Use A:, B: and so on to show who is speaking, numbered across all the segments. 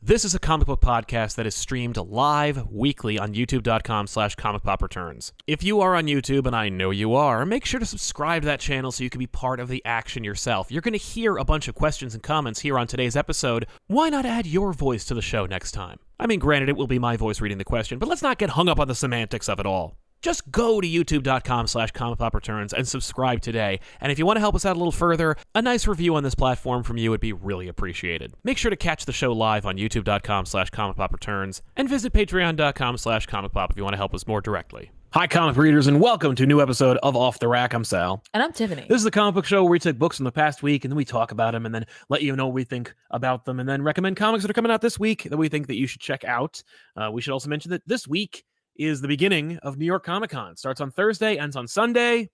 A: This is a comic book podcast that is streamed live weekly on youtube.com slash comic pop returns. If you are on YouTube, and I know you are, make sure to subscribe to that channel so you can be part of the action yourself. You're going to hear a bunch of questions and comments here on today's episode. Why not add your voice to the show next time? I mean, granted, it will be my voice reading the question, but let's not get hung up on the semantics of it all just go to youtube.com slash comic pop returns and subscribe today and if you want to help us out a little further a nice review on this platform from you would be really appreciated make sure to catch the show live on youtube.com slash comic pop returns and visit patreon.com slash comic pop if you want to help us more directly hi comic readers and welcome to a new episode of off the rack i'm sal
B: And I'm Tiffany.
A: this is the comic book show where we take books from the past week and then we talk about them and then let you know what we think about them and then recommend comics that are coming out this week that we think that you should check out. Uh, we should also mention that this week is the beginning of New York Comic Con. Starts on Thursday, ends on Sunday.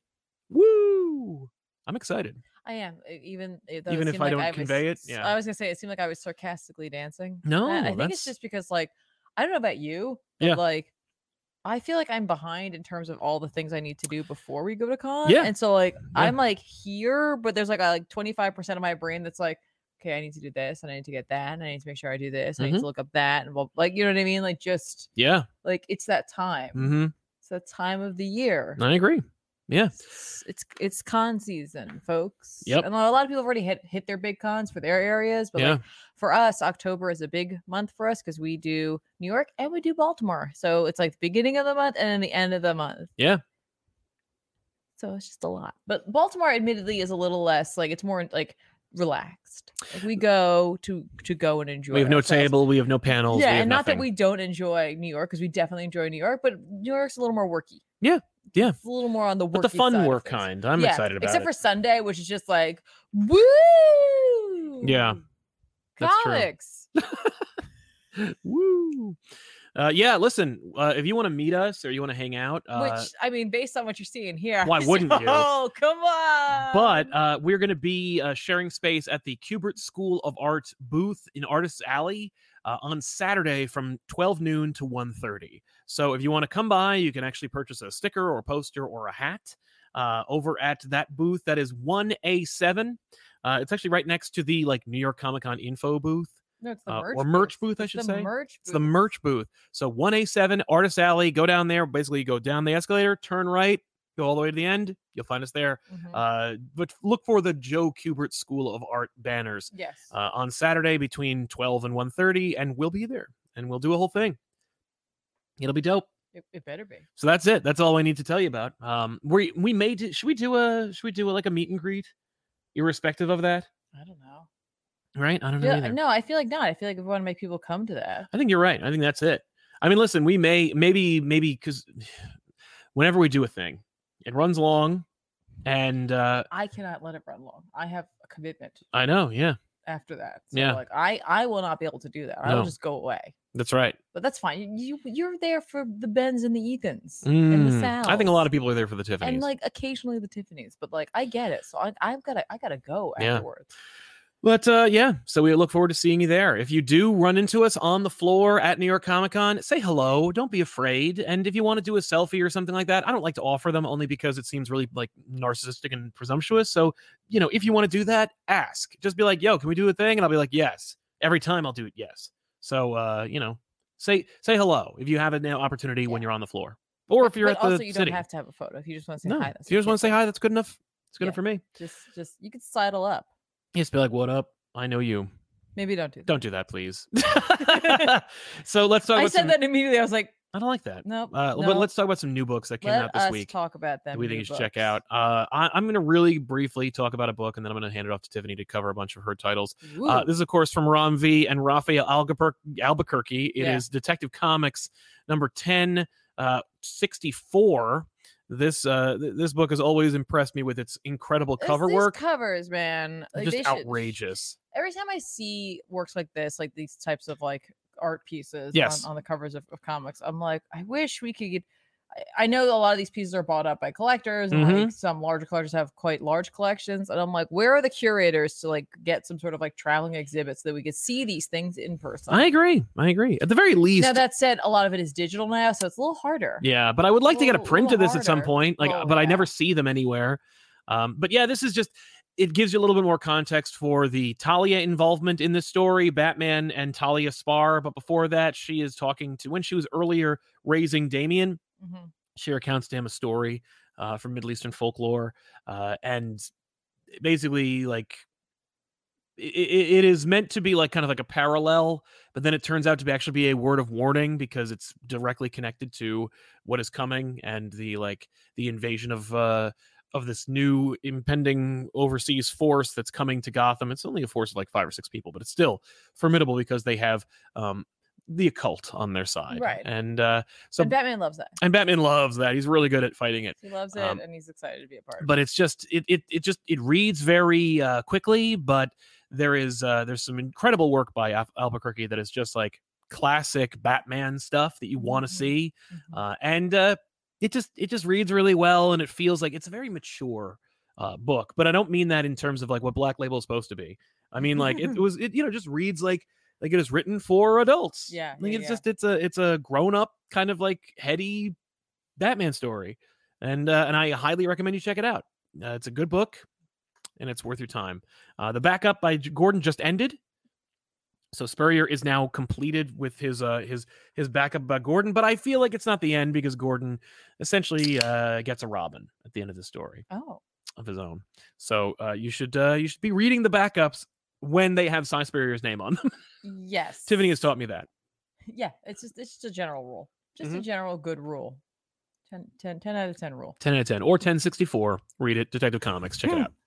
A: Woo! I'm excited.
B: I am e- even e- though it
A: Even if
B: seemed
A: I
B: like
A: don't
B: was-
A: convey it,
B: s-
A: yeah.
B: I was gonna say it seemed like I was sarcastically dancing.
A: No,
B: I, I think
A: that's-
B: it's just because like I don't know about you, but
A: Yeah.
B: like I feel like I'm behind in terms of all the things I need to do before we go to con.
A: Yeah.
B: and so like
A: Yeah.
B: I'm like here, but there's like a, like 25 percent of my brain that's like. Okay, I need to do this, and I need to get that, and I need to make sure I do this. and I need
A: Mm-hmm.
B: to look up that, and well, like you know what I mean. Like just
A: Yeah.
B: like it's that time,
A: hmm
B: it's that time of the year.
A: I agree. Yeah.
B: It's it's it's con season, folks.
A: Yep.
B: And a lot of people have already hit hit their big cons for their areas, but
A: yeah.
B: like for us, October is a big month for us because we do New York and we do Baltimore. So it's like the beginning of the month and then the end of the month.
A: Yeah.
B: So it's just a lot. But Baltimore admittedly is a little less like it's more like relaxed. Like we go to to go and enjoy.
A: we have no
B: ourselves.
A: table. We have no panels.
B: Yeah,
A: we have
B: and not that
A: nothing.
B: we don't enjoy New York because we definitely enjoy New York, but New York's a little more worky.
A: Yeah, yeah.
B: It's a little more on the work.
A: But the fun work kind. I'm excited about
B: Except
A: it.
B: for Sunday, which is just like woo.
A: that's true.
B: Comics.
A: Woo! Uh, yeah. Listen, uh, if you want to meet us or you want to hang out, uh,
B: Which I mean, based on what you're seeing here,
A: why
B: it's-
A: wouldn't you?
B: Oh, come on!
A: But uh, we're going to be uh, sharing space at the Kubert School of Art booth in Artists Alley uh, on Saturday from 12 noon to 1.30. So if you want to come by, you can actually purchase a sticker or a poster or a hat uh, over at that booth. That is 1A7. Uh, it's actually right next to the like New York Comic Con info booth
B: no, it's the
A: uh,
B: merch
A: or merch booth, I
B: It's
A: should
B: the
A: say.
B: Merch
A: It's the
B: booth.
A: merch booth. So 1A7 Artist Alley. Go down there. Basically, you go down the escalator, turn right, go all the way to the end. You'll find us there.
B: Mhm.
A: Uh, but look for the Joe Kubert School of Art banners
B: yes.
A: uh, on Saturday between 12 and 1.30, and we'll be there, and we'll do a whole thing. It'll be dope.
B: it, it better be.
A: So that's it. That's all I need to tell you about. Um, we we may do, should we do a should we do a, like a meet and greet, irrespective of that,
B: I don't know.
A: right? I don't know
B: Yeah,
A: either.
B: no, I feel like not. I feel like we want to make people come to that.
A: I think you're right. I think that's it. I mean, listen, we may, maybe, maybe because whenever we do a thing, it runs long, and uh,
B: I cannot let it run long. I have a commitment
A: I know, yeah,
B: after that. So
A: Yeah.
B: like I I will not be able to do that. I
A: No.
B: will just go away.
A: that's right.
B: But that's fine. You you're there for the Bens and the Ethans and the
A: Mm,
B: Sals.
A: I think a lot of people are there for the Tiffany's.
B: and like occasionally the Tiffany's, but like I get it. So I I've gotta I gotta go
A: Yeah.
B: afterwards.
A: But uh, yeah, so we look forward to seeing you there. If you do run into us on the floor at New York Comic Con, say hello. Don't be afraid. And if you want to do a selfie or something like that, I don't like to offer them only because it seems really like narcissistic and presumptuous. So you know, if you want to do that, ask. Just be like, "Yo, can we do a thing?" And I'll be like, "Yes." Every time I'll do it, yes. So uh, you know, say say hello if you have an opportunity when
B: Yeah.
A: you're on the floor, or if you're
B: but
A: at the
B: also you
A: city.
B: don't have to have a photo if you just want to say
A: no,
B: hi.
A: if you just want to say hi, that's good enough. It's good
B: Yeah.
A: enough for me.
B: just just you could sidle up.
A: Just be like, "What up? I know you."
B: Maybe don't do that.
A: Don't do that, please. so let's talk.
B: I
A: about
B: said
A: some,
B: that immediately. I was like,
A: I don't like that.
B: nope.
A: Uh,
B: no.
A: But let's talk about some new books that came
B: let
A: out this
B: us
A: week
B: talk about them.
A: that we think
B: new
A: you should check
B: books.
A: out. Uh, I, I'm going to really briefly talk about a book, and then I'm going to hand it off to Tiffany to cover a bunch of her titles. Uh,
B: Woo.
A: this is, of course, from Ron V and Raphael Albuquer- Albuquerque. It is
B: Yeah.
A: Detective Comics number 10, uh, 64. This uh, th- this book has always impressed me with its incredible
B: It's
A: cover
B: these
A: work.
B: covers, man. Like, they
A: just
B: should-
A: outrageous.
B: every time I see works like this, like these types of like art pieces
A: Yes.
B: on, on the covers of, of comics, I'm like, I wish we could get. I, I know a lot of these pieces are bought up by collectors, and
A: Mm-hmm.
B: like some larger collectors have quite large collections. And I'm like, where are the curators to like get some sort of like traveling exhibit so that we could see these things in person?
A: I agree. I agree. At the very least,
B: now that said, a lot of it is digital now, so it's a little harder.
A: Yeah, but I would like to get a
B: Little-
A: print of
B: little
A: this at some
B: harder. Oh,
A: point. Like,
B: Well,
A: but I
B: yeah.
A: never see them anywhere. Um, but yeah, this is just it gives you a little bit more context for the Talia involvement in this story, Batman and Talia spar. But before that, she is talking to when she was earlier raising Damien.
B: Mhm.
A: She recounts to him a story uh, from Middle Eastern folklore, uh, and basically, like it, it is meant to be like kind of like a parallel, but then it turns out to be actually be a word of warning because it's directly connected to what is coming and the like the invasion of uh, of this new impending overseas force that's coming to Gotham. It's only a force of like five or six people, but it's still formidable because they have um, the occult on their side,
B: Right.
A: And uh, so
B: and Batman loves that.
A: and Batman loves that. He's really good at fighting it.
B: He loves it,
A: Um,
B: and he's excited to be a part. of it.
A: But it's just it it, it just it reads very uh, quickly, but there is uh, there's some incredible work by Al- Albuquerque that is just like classic Batman stuff that you want
B: Mhm.
A: to see,
B: Mhm.
A: uh, and uh, it just it just reads really well, and it feels like it's a very mature uh, book. But I don't mean that in terms of like what Black Label is supposed to be. I mean like it, was it you know just reads like like it is written for adults.
B: Yeah,
A: like
B: yeah,
A: it's
B: yeah.
A: just it's a it's a grown up kind of like heady Batman story, and uh, and I highly recommend you check it out. Uh, it's a good book, and it's worth your time. Uh, the backup by J- Gordon just ended. So Spurrier is now completed with his uh, his his backup by Gordon, but I feel like it's not the end because Gordon essentially uh, gets a Robin at the end of the story
B: oh,
A: of his own. So uh, you should uh, you should be reading the backups when they have Cy Spurrier's name on them.
B: yes,
A: Tiffany has taught me that.
B: Yeah, it's just it's just a general rule, just a
A: Mhm.
B: general good rule. 10, 10, 10 out of ten rule.
A: Ten out of ten or ten sixty four. Read it, Detective Comics. Check it
B: Hmm.
A: out.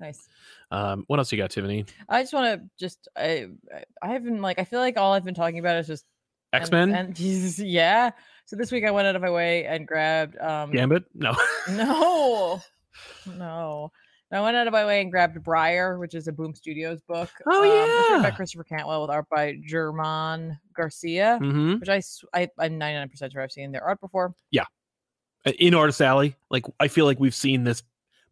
B: Nice.
A: Um, what else you got, Tiffany?
B: I just want to just I I- I haven't like I feel like all I've been talking about is just and-
A: X Men,
B: and Jesus, yeah. So this week I went out of my way and grabbed um
A: Gambit. No,
B: no no. I went out of my way and grabbed Briar, which is a Boom Studios book.
A: Oh,
B: it's written by
A: yeah.
B: Christopher Cantwell with art by German Garcia,
A: mm-hmm.
B: which I, s- I I'm 99% sure I've seen their art before.
A: Uh, in Artist Alley. Like I feel like we've seen this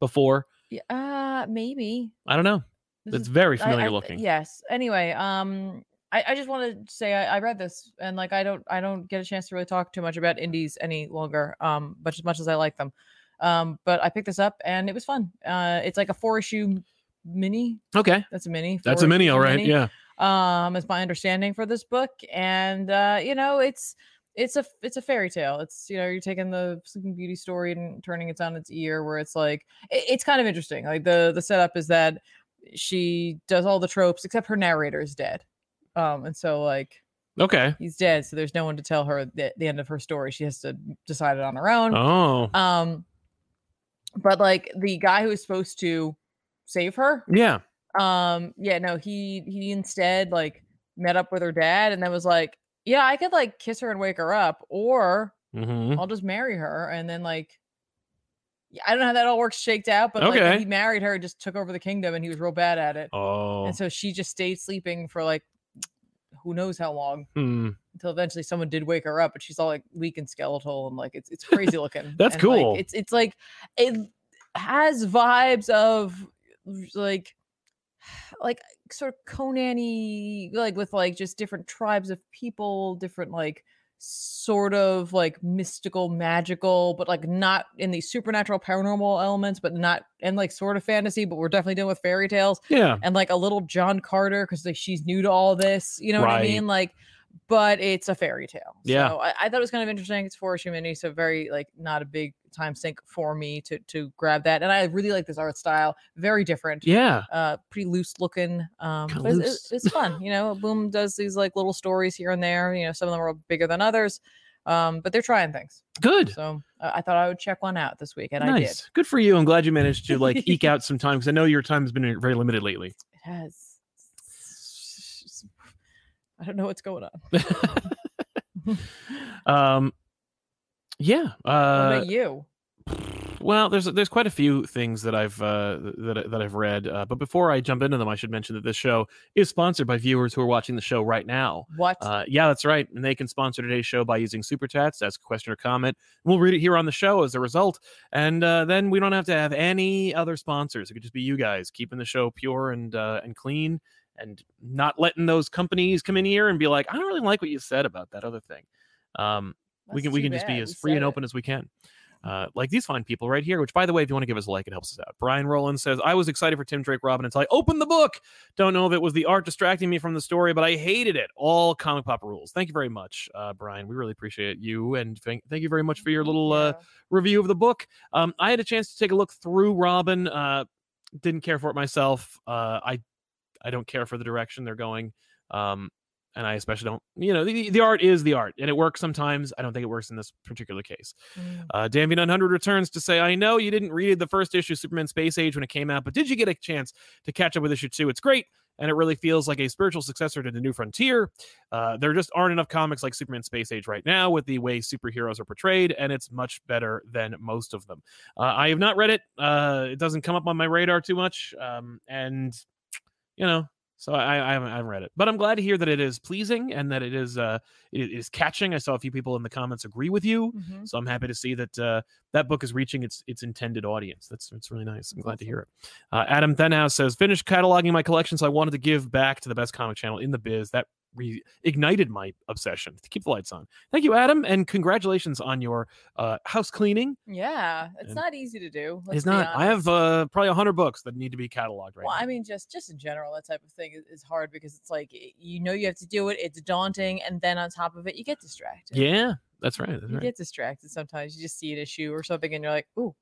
A: before.
B: Yeah, uh, maybe
A: I don't know.
B: This
A: it's
B: is
A: very
B: I-
A: familiar
B: I-
A: looking.
B: Yes. Anyway, um, I, I just want to say I, I read this and like I don't I don't get a chance to really talk too much about indies any longer. Um, but as much as I like them, um, but I picked this up and it was fun. Uh, it's like a four issue mini.
A: Okay,
B: That's a mini.
A: that's a
B: four
A: mini,
B: issue
A: all right.
B: mini,
A: Yeah.
B: Um, is my understanding for this book, and uh, you know it's. It's a it's a fairy tale. It's you know you're taking the Sleeping Beauty story and turning it on its ear, where it's like it, it's kind of interesting. Like the the setup is that she does all the tropes except her narrator is dead um and so like
A: Okay.
B: he's dead so there's no one to tell her the, the end of her story she has to decide it on her own
A: Oh.
B: um but like the guy who is supposed to save her
A: Yeah.
B: um yeah no he he instead like met up with her dad and then was like yeah i could like kiss her and wake her up or
A: Mm-hmm.
B: I'll just marry her and then like yeah, I don't know how that all works shaked out, but like
A: Okay.
B: he married her and just took over the kingdom and he was real bad at it.
A: Oh.
B: And so she just stayed sleeping for like who knows how long
A: Hmm.
B: until eventually someone did wake her up, but she's all like weak and skeletal and like it's it's crazy looking.
A: That's
B: And, like,
A: cool.
B: it's it's like it has vibes of like like sort of Conan-y, like with like just different tribes of people, different like sort of like mystical, magical, but like not in the supernatural, paranormal elements, but not and like sort of fantasy, but we're definitely dealing with fairy tales
A: Yeah.
B: and like a little John Carter because like she's new to all this. You know what I
A: Right.
B: mean? Like, but it's a fairy tale.
A: Yeah.
B: So I, I thought it was kind of interesting. It's for issue mini, so very like not a big time sink for me to to grab that. And I really like this art style. Very different.
A: Yeah.
B: Uh, pretty loose looking. Um,
A: Kinda
B: but it's,
A: loose.
B: it's, it's fun. You know, Boom does these like little stories here and there. You know, some of them are bigger than others, um, but they're trying things.
A: Good.
B: So uh, I thought I would check one out this week, and I did.
A: Good for you. I'm glad you managed to like eke out some time because I know your time has been very limited lately.
B: It has. I don't know what's going on.
A: um, yeah.
B: what
A: Uh,
B: about you?
A: well, there's there's quite a few things that I've uh, that I- that I've read, uh, but before I jump into them, I should mention that this show is sponsored by viewers who are watching the show right now.
B: What?
A: Uh, yeah, that's right. And they can sponsor today's show by using super chats, ask a question or comment. We'll read it here on the show as a result. And uh, then we don't have to have any other sponsors. It could just be you guys keeping the show pure and uh, and clean and not letting those companies come in here and be like, I don't really like what you said about that other thing. Um, we
B: That's
A: can we
B: too
A: can just be
B: bad.
A: as
B: We
A: free
B: said
A: and
B: it. Mm-hmm.
A: open as we can. uh, like these fine people right here. Which, by the way, if you want to give us a like, it helps us out. Brian Rowland says, "I was excited for Tim Drake Robin until I opened the book. Don't know if it was the art distracting me from the story, but I hated it. All comic pop rules. Thank you very much, uh, Brian. We really appreciate you, and thank, thank you very much for your little uh, review of the book. Um, I had a chance to take a look through Robin. Uh, didn't care for it myself. Uh, I I don't care for the direction they're going. Um, and I especially don't. You know, the, the art is the art, and it works sometimes. I don't think it works in this particular case.
B: Mm-hmm.
A: Uh, Danby 900 returns to say, I know you didn't read the first issue of Superman Space Age when it came out, but did you get a chance to catch up with issue two? It's great. And it really feels like a spiritual successor to the New Frontier. Uh, there just aren't enough comics like Superman Space Age right now with the way superheroes are portrayed, and it's much better than most of them. Uh, I have not read it. Uh, it doesn't come up on my radar too much. Um, and, you know, so I, I haven't I haven't read it, but I'm glad to hear that it is pleasing and that it is uh it is catching. I saw a few people in the comments agree with you,
B: Mhm.
A: so I'm happy to see that uh, that book is reaching its its intended audience. That's it's really nice. I'm glad to hear it. Uh, Adam Thenhouse says, finished cataloging my collection, so I wanted to give back to the best comic channel in the biz. That reignited my obsession to keep the lights on. Thank you, Adam, and congratulations on your uh, house cleaning.
B: Yeah, it's
A: And-
B: not easy to do. let's
A: It's
B: be
A: not. I
B: honest.
A: have uh, probably hundred books that need to be cataloged right
B: Well,
A: now.
B: I mean, just just in general, that type of thing is, is hard because it's like y- you know you have to do it. It's daunting, and then on top of it, you get distracted.
A: yeah, that's right. That's
B: you
A: right.
B: get distracted sometimes. You just see an issue or something, and you're like, "Ooh,"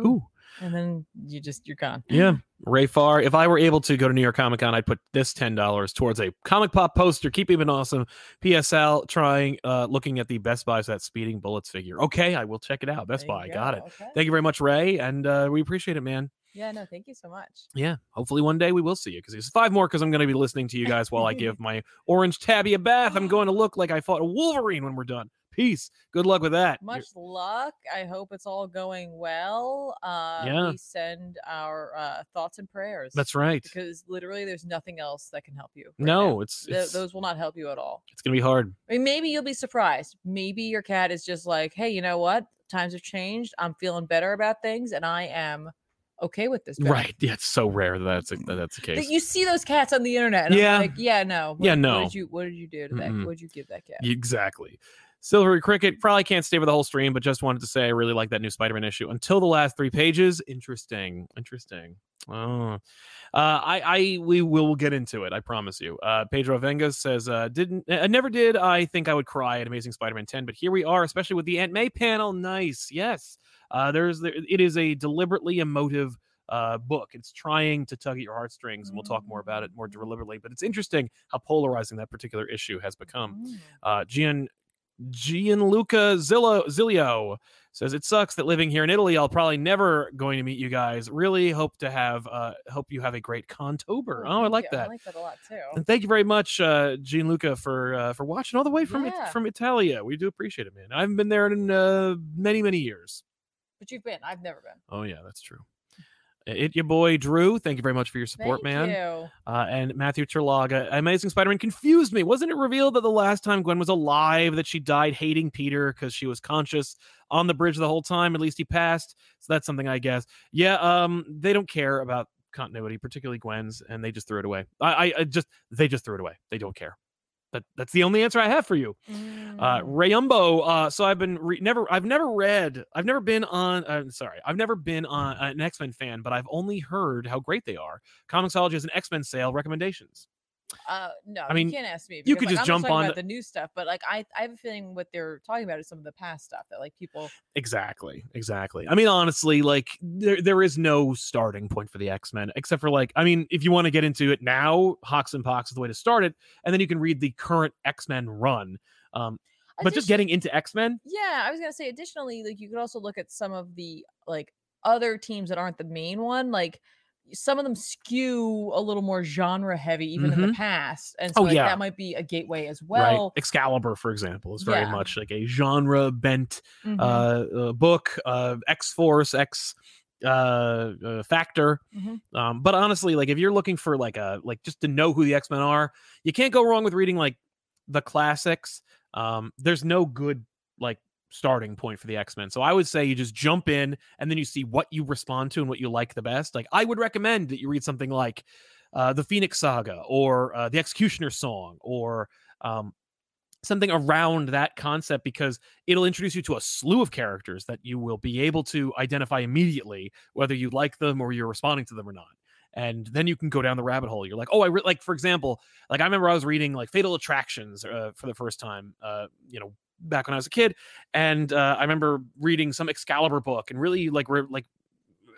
A: Ooh.
B: and then you just you're gone.
A: Yeah. Ray Farr, if I were able to go to New York Comic Con, I'd put this ten dollars towards a comic pop poster. Keep even awesome. PSL trying uh looking at the Best Buy's that speeding bullets figure. Okay, I will check it out. Best
B: There
A: Buy,
B: you
A: got it.
B: go, okay.
A: Thank you very much, Ray, and uh we appreciate it, man.
B: yeah, no, thank you so much.
A: Yeah. Hopefully one day we will see you because there's five more because I'm gonna be listening to you guys while I give my orange tabby a bath. I'm going to look like I fought a Wolverine when we're done. Peace. Good luck with that.
B: Much luck. I hope it's all going well. Uh,
A: Yeah.
B: We send our uh, thoughts and prayers.
A: That's right.
B: Because literally, there's nothing else that can help you. right now.
A: No, it's
B: Tho-
A: it's,
B: those will not help you at all.
A: it's gonna be hard.
B: I mean, maybe you'll be surprised. Maybe your cat is just like, hey, you know what? Times have changed. I'm feeling better about things, and I am okay with this. better."
A: Right. Yeah, it's so rare that that's a, that that's the
B: Th-
A: case.
B: You see those cats on the internet. And
A: Yeah.
B: I'm like, yeah, no.
A: Yeah,
B: What
A: no.
B: did you What did you do to that?
A: Mm-mm.
B: What would you give that cat?
A: Exactly. Silvery Cricket probably can't stay with the whole stream, but just wanted to say I really like that new Spider-Man issue until the last three pages. Interesting, interesting. Oh, uh, I, I, we will get into it. I promise you. Uh, Pedro Vengas says, uh, "Didn't, I never did. I think I would cry at Amazing Spider-Man 10, but here we are, especially with the Aunt May panel. Nice, yes. Uh, there's, there, it is a deliberately emotive." Uh, book. It's trying to tug at your heartstrings, and we'll talk more about it more deliberately. But it's interesting how polarizing that particular issue has become.
B: Mm.
A: Uh, Gian Gianluca Zillo, Zilio says it sucks that living here in Italy, I'll probably never going to meet you guys. Really hope to have uh, hope you have a great Contober. Oh, I
B: thank
A: like
B: you.
A: that.
B: I like that a lot too.
A: and thank you very much, uh, Gianluca, for uh, for watching all the way from It-
B: Yeah.
A: from Italia. We do appreciate it, man. I haven't been there in uh, many many years.
B: But you've been. I've never been.
A: Oh yeah, that's true. It your boy Drew. Thank you very much for your support, man
B: Thank You.
A: uh, and Matthew Terlaga. Amazing Spider-Man confused me. Wasn't it revealed that the last time Gwen was alive, that she died hating Peter because she was conscious on the bridge the whole time? At least he passed. So that's something I guess. Yeah, um, they don't care about continuity, particularly Gwen's, and they just threw it away. I, I, I just they just threw it away. They don't care. That that's the only answer I have for you. Uh,
B: Mm.
A: Rayumbo. Uh, so I've been re- never. I've never read. I've never been on. I'm sorry. I've never been on an X Men fan, but I've only heard how great they are. Comixology has an X Men sale recommendations.
B: Uh, no,
A: mean,
B: you can't ask me.
A: you could
B: because, like,
A: just
B: I'm
A: jump
B: talking
A: on
B: about the new stuff, but like I, I have a feeling what they're talking about is some of the past stuff that like people.
A: Exactly. Exactly. I mean, honestly, like there there is no starting point for the X Men except for like. I mean, if you want to get into it now, Hawks and Pox is the way to start it, and then you can read the current X Men run. Um,
B: I
A: but just getting into X Men,
B: Yeah, I was gonna say. Additionally, like you could also look at some of the like other teams that aren't the main one. Like some of them skew a little more genre heavy, even in the past, and so
A: Oh,
B: like,
A: yeah.
B: that might be a gateway as well.
A: right? Excalibur, for example, is very
B: Yeah.
A: much like a genre bent
B: Mhm,
A: uh, uh, book, uh, X Force, X uh, uh, Factor.
B: mhm.
A: Um, but honestly, like if you're looking for like a like just to know who the X Men are, you can't go wrong with reading like the classics. Um, there's no good like starting point for the X Men, so I would say you just jump in and then you see what you respond to and what you like the best. Like I would recommend that you read something like uh, the Phoenix Saga or uh, the Executioner Song or um, something around that concept because it'll introduce you to a slew of characters that you will be able to identify immediately whether you like them or you're responding to them or not and then you can go down the rabbit hole you're like oh i re-, like for example like i remember i was reading like fatal attractions uh, for the first time uh, you know back when i was a kid and uh, i remember reading some excalibur book and really like re- like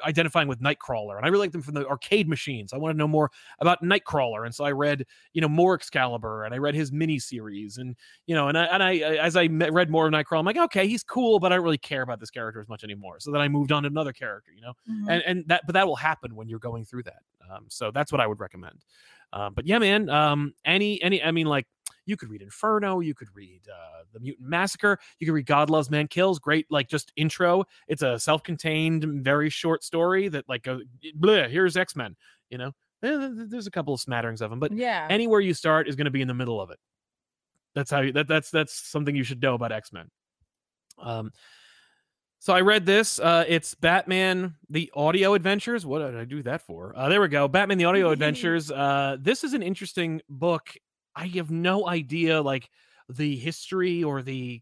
A: identifying with Nightcrawler, and I really liked them from the arcade machines. I want to know more about Nightcrawler, and so I read, you know, more Excalibur, and I read his mini series, and you know, and I and I as I met, read more of Nightcrawler, I'm like, okay, he's cool, but I don't really care about this character as much anymore. So then I moved on to another character, you know,
B: mm-hmm. Mm.
A: and and that but that will happen when you're going through that. Um, so that's what I would recommend. Um, but yeah, man, um, any any, I mean, like you could read Inferno, you could read uh, The Mutant Massacre, you could read God Loves Man Kills. Great, like just intro. It's a self-contained, very short story that like, uh, bleh, here's X Men. You know, Eh, there's a couple of smatterings of them, but
B: yeah.
A: anywhere you start is going to be in the middle of it. That's how you, that that's that's something you should know about X Men. Um, so I read this. Uh, it's Batman: The Audio Adventures. What did I do that for? Uh, there we go. Batman: The Audio Adventures. Uh, this is an interesting book. I have no idea like the history or the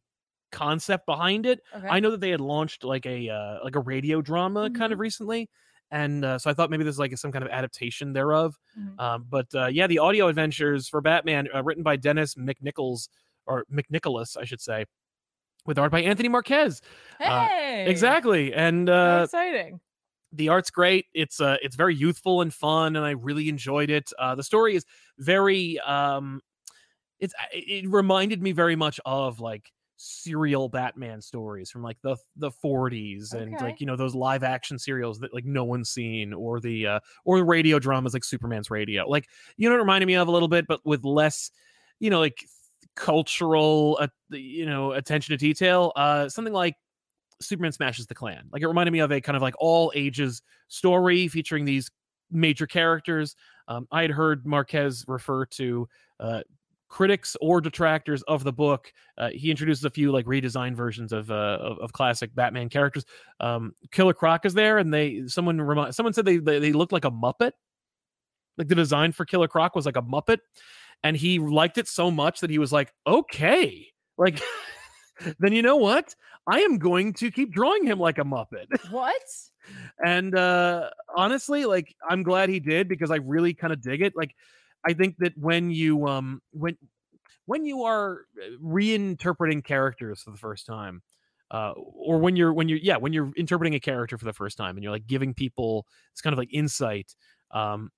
A: concept behind it.
B: okay.
A: I know that they had launched like a uh, like a radio drama kind of recently, and uh, so I thought maybe this is like some kind of adaptation thereof.
B: Mhm.
A: Um, but uh, yeah, the audio adventures for Batman, uh, written by Dennis McNichols or McNicholas, I should say, with art by Anthony Marquez. uh,
B: Hey.
A: Exactly, and
B: How
A: uh,
B: exciting.
A: the art's great. It's uh, it's very youthful and fun, and I really enjoyed it. Uh, the story is very um, it's I- it reminded me very much of like serial Batman stories from like the the 40s and
B: Okay.
A: like you know those live action serials that like no one's seen or the uh or the radio dramas like Superman's radio. Like you know, what it reminded me of a little bit, but with less, you know, like cultural, uh, you know, attention to detail. Uh, something like Superman smashes the Klan. Like it reminded me of a kind of like all ages story featuring these major characters. Um, I had heard Marquez refer to uh, critics or detractors of the book. Uh, he introduces a few like redesigned versions of uh, of, of classic Batman characters. Um, Killer Croc is there, and they someone remi- someone said they, they they looked like a Muppet. Like the design for Killer Croc was like a Muppet, and he liked it so much that he was like, okay, like. Then you know what? I am going to keep drawing him like a Muppet.
B: What?
A: And uh honestly, like I'm glad he did because I really kind of dig it. Like I think that when you um when when you are uh, reinterpreting characters for the first time, uh or when you're when you're yeah, when you're interpreting a character for the first time and you're like giving people this kind of like insight, um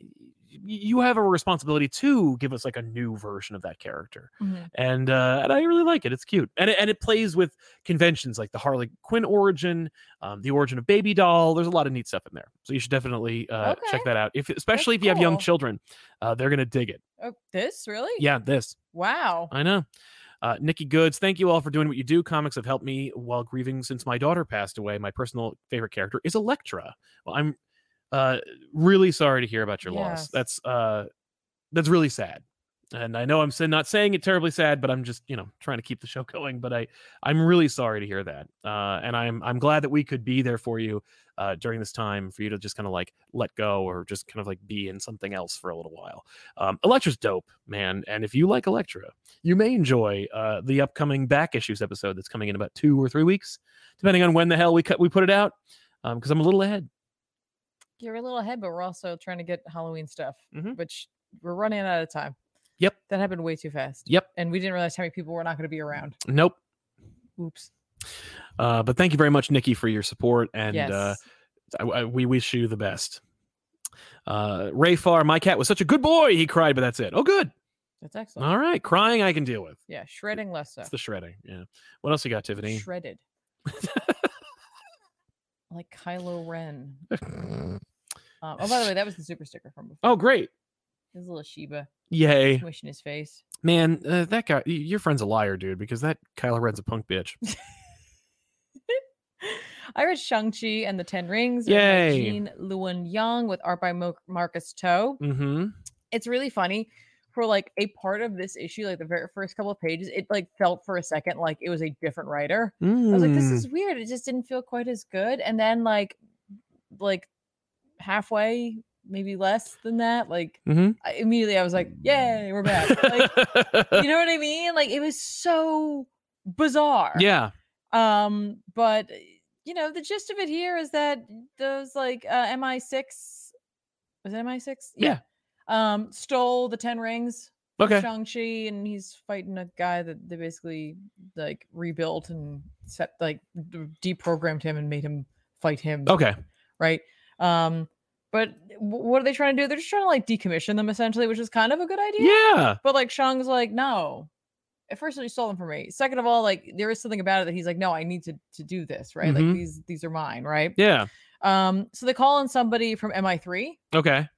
A: y- y- you have a responsibility to give us like a new version of that character
B: Mhm.
A: and uh, and I really like it. It's cute, and it, and it plays with conventions like the Harley Quinn origin, um, the origin of Baby Doll. There's a lot of neat stuff in there, so you should definitely uh,
B: Okay.
A: check that out. If especially if you have young
B: cool.
A: children, uh, they're gonna dig it.
B: Oh, this really?
A: Yeah, this
B: Wow.
A: I know. Uh, Nikki Goods, thank you all for doing what you do. Comics have helped me while grieving since my daughter passed away. My personal favorite character is Electra. Well, I'm uh, really sorry to hear about your loss.
B: Yes.
A: That's uh, that's really sad. And I know I'm sa- not saying it terribly sad, but I'm just you know trying to keep the show going. But I I'm really sorry to hear that, uh, and I'm I'm glad that we could be there for you uh, during this time for you to just kind of like let go or just kind of like be in something else for a little while. Um, Electra's dope, man, and if you like Electra, you may enjoy uh, the upcoming back issues episode that's coming in about two or three weeks, depending on when the hell we cut we put it out, because I'm a little ahead.
B: You're a little ahead, but we're also trying to get Halloween stuff,
A: Mhm.
B: which we're running out of time.
A: Yep.
B: That happened way too fast.
A: Yep.
B: And we didn't realize how many people were not going to be around.
A: Nope.
B: Oops.
A: Uh, but thank you very much, Nikki, for your support, and
B: yes.
A: uh, I, I- we wish you the best. Uh, Ray Farr, my cat was such a good boy. He cried, but that's it. Oh, good.
B: That's excellent.
A: All right, crying I can deal with.
B: yeah. Shredding less so.
A: It's the shredding. Yeah. What else you got, Tiffany?
B: Shredded. like Kylo Ren. Um, oh, by the way, that was the super sticker from before.
A: oh, great.
B: His little Sheba
A: Yay,
B: smushing his face.
A: man! Uh, that guy, y- your friend's a liar, dude. Because that Kylo Ren's a punk bitch.
B: I read Shang-Chi and the Ten Rings.
A: Yay.
B: And by Jean Luen Young with art by Mo- Marcus Toe.
A: Mm-hmm.
B: It's really funny for like a part of this issue, like the very first couple of pages, it like felt for a second like it was a different writer. I was like,
A: Hmm.
B: this is weird. It just didn't feel quite as good. And then like like halfway maybe less than that. Like
A: Mhm.
B: I, immediately, I was like, "Yay, we're back!" Like, you know what I mean? Like it was so bizarre.
A: yeah.
B: Um, but you know, the gist of it here is that those like uh, MI6 was it MI6?
A: Yeah.
B: Um, stole the Ten Rings. from
A: Okay.
B: Shang-Chi, and he's fighting a guy that they basically like rebuilt and set like d- deprogrammed him and made him fight him.
A: Okay.
B: Right. Um, but wh- what are they trying to do? They're just trying to like decommission them essentially, which is kind of a good idea.
A: Yeah.
B: But like Shang's like, no. At first, you stole them from me. Second of all, like there is something about it that he's like, no, I need to to do this, right?
A: Mhm.
B: Like these these are mine, right?
A: Yeah.
B: Um, so they call in somebody from MI3,
A: Okay.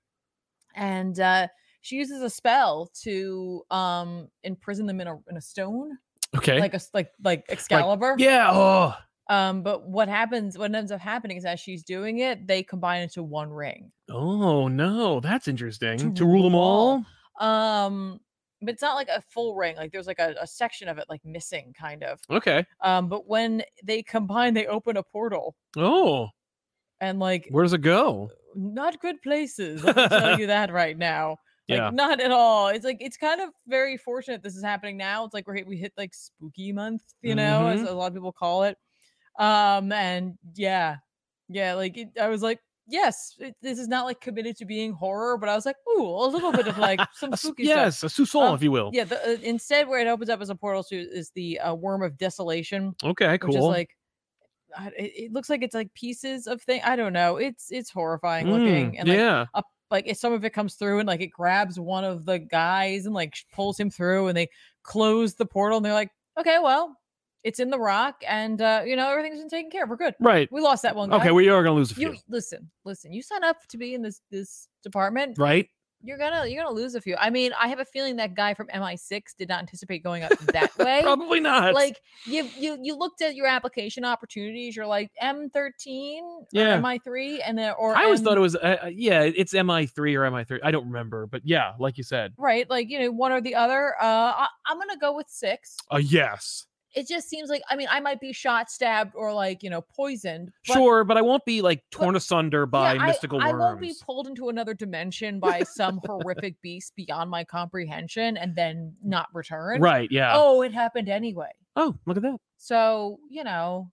B: and uh, she uses a spell to um imprison them in a in a stone,
A: Okay.
B: like a s- like like Excalibur.
A: yeah. Oh.
B: Um, but what happens? What ends up happening is as she's doing it, they combine into one ring.
A: Oh no, that's interesting. To, rule them all.
B: um but it's not like a full ring like there's like a, a section of it like missing kind of
A: Okay.
B: um but when they combine they open a portal
A: Oh,
B: and like
A: where does it go?
B: not good places let me tell you that right now like
A: Yeah.
B: not at all it's like it's kind of very fortunate this is happening now it's like we're hit, we hit like spooky month you know as
A: Mm-hmm.
B: a lot of people call it um and yeah yeah like it, i was like yes it, this is not like committed to being horror but i was like ooh a little bit of like some
A: A s-
B: spooky stuff
A: yes, a soupçon,
B: Um,
A: if you will.
B: Yeah, the, uh, instead, where it opens up as a portal to is the uh, worm of desolation,
A: Okay. Cool.
B: which is like I- it, it looks like it's like pieces of thing. I don't know. It's it's horrifying looking,
A: Mm,
B: and like
A: yeah.
B: like if some of it comes through and like it grabs one of the guys and like sh- pulls him through, and they close the portal, and they're like, okay, well, it's in the rock, and uh, you know everything's been taken care of. We're good.
A: Right.
B: We lost that one. Guy.
A: Okay. We are gonna lose a few.
B: you listen, listen. You sign up to be in this this department
A: right.
B: you're gonna you're gonna lose a few. I mean, I have a feeling that guy from MI6 did not anticipate going up that way.
A: Probably not.
B: Like you you you looked at your application opportunities. You're like M13, or
A: Yeah.
B: MI3, and then or um
A: I always thought it
B: M-
A: was. Uh, uh, yeah, it's Mi three or Mi three. I don't remember, but yeah, like you said,
B: right, like you know one or the other. Uh, I, I'm gonna go with six.
A: a yes.
B: It just seems like I mean I might be shot, stabbed, or like you know poisoned. but-
A: sure, but I won't be like torn asunder by
B: yeah, I-
A: mystical
B: I,
A: worms.
B: won't be pulled into another dimension by some horrific beast beyond my comprehension and then not return.
A: right. Yeah. Oh.
B: Oh, it happened anyway.
A: look at that.
B: So, you know,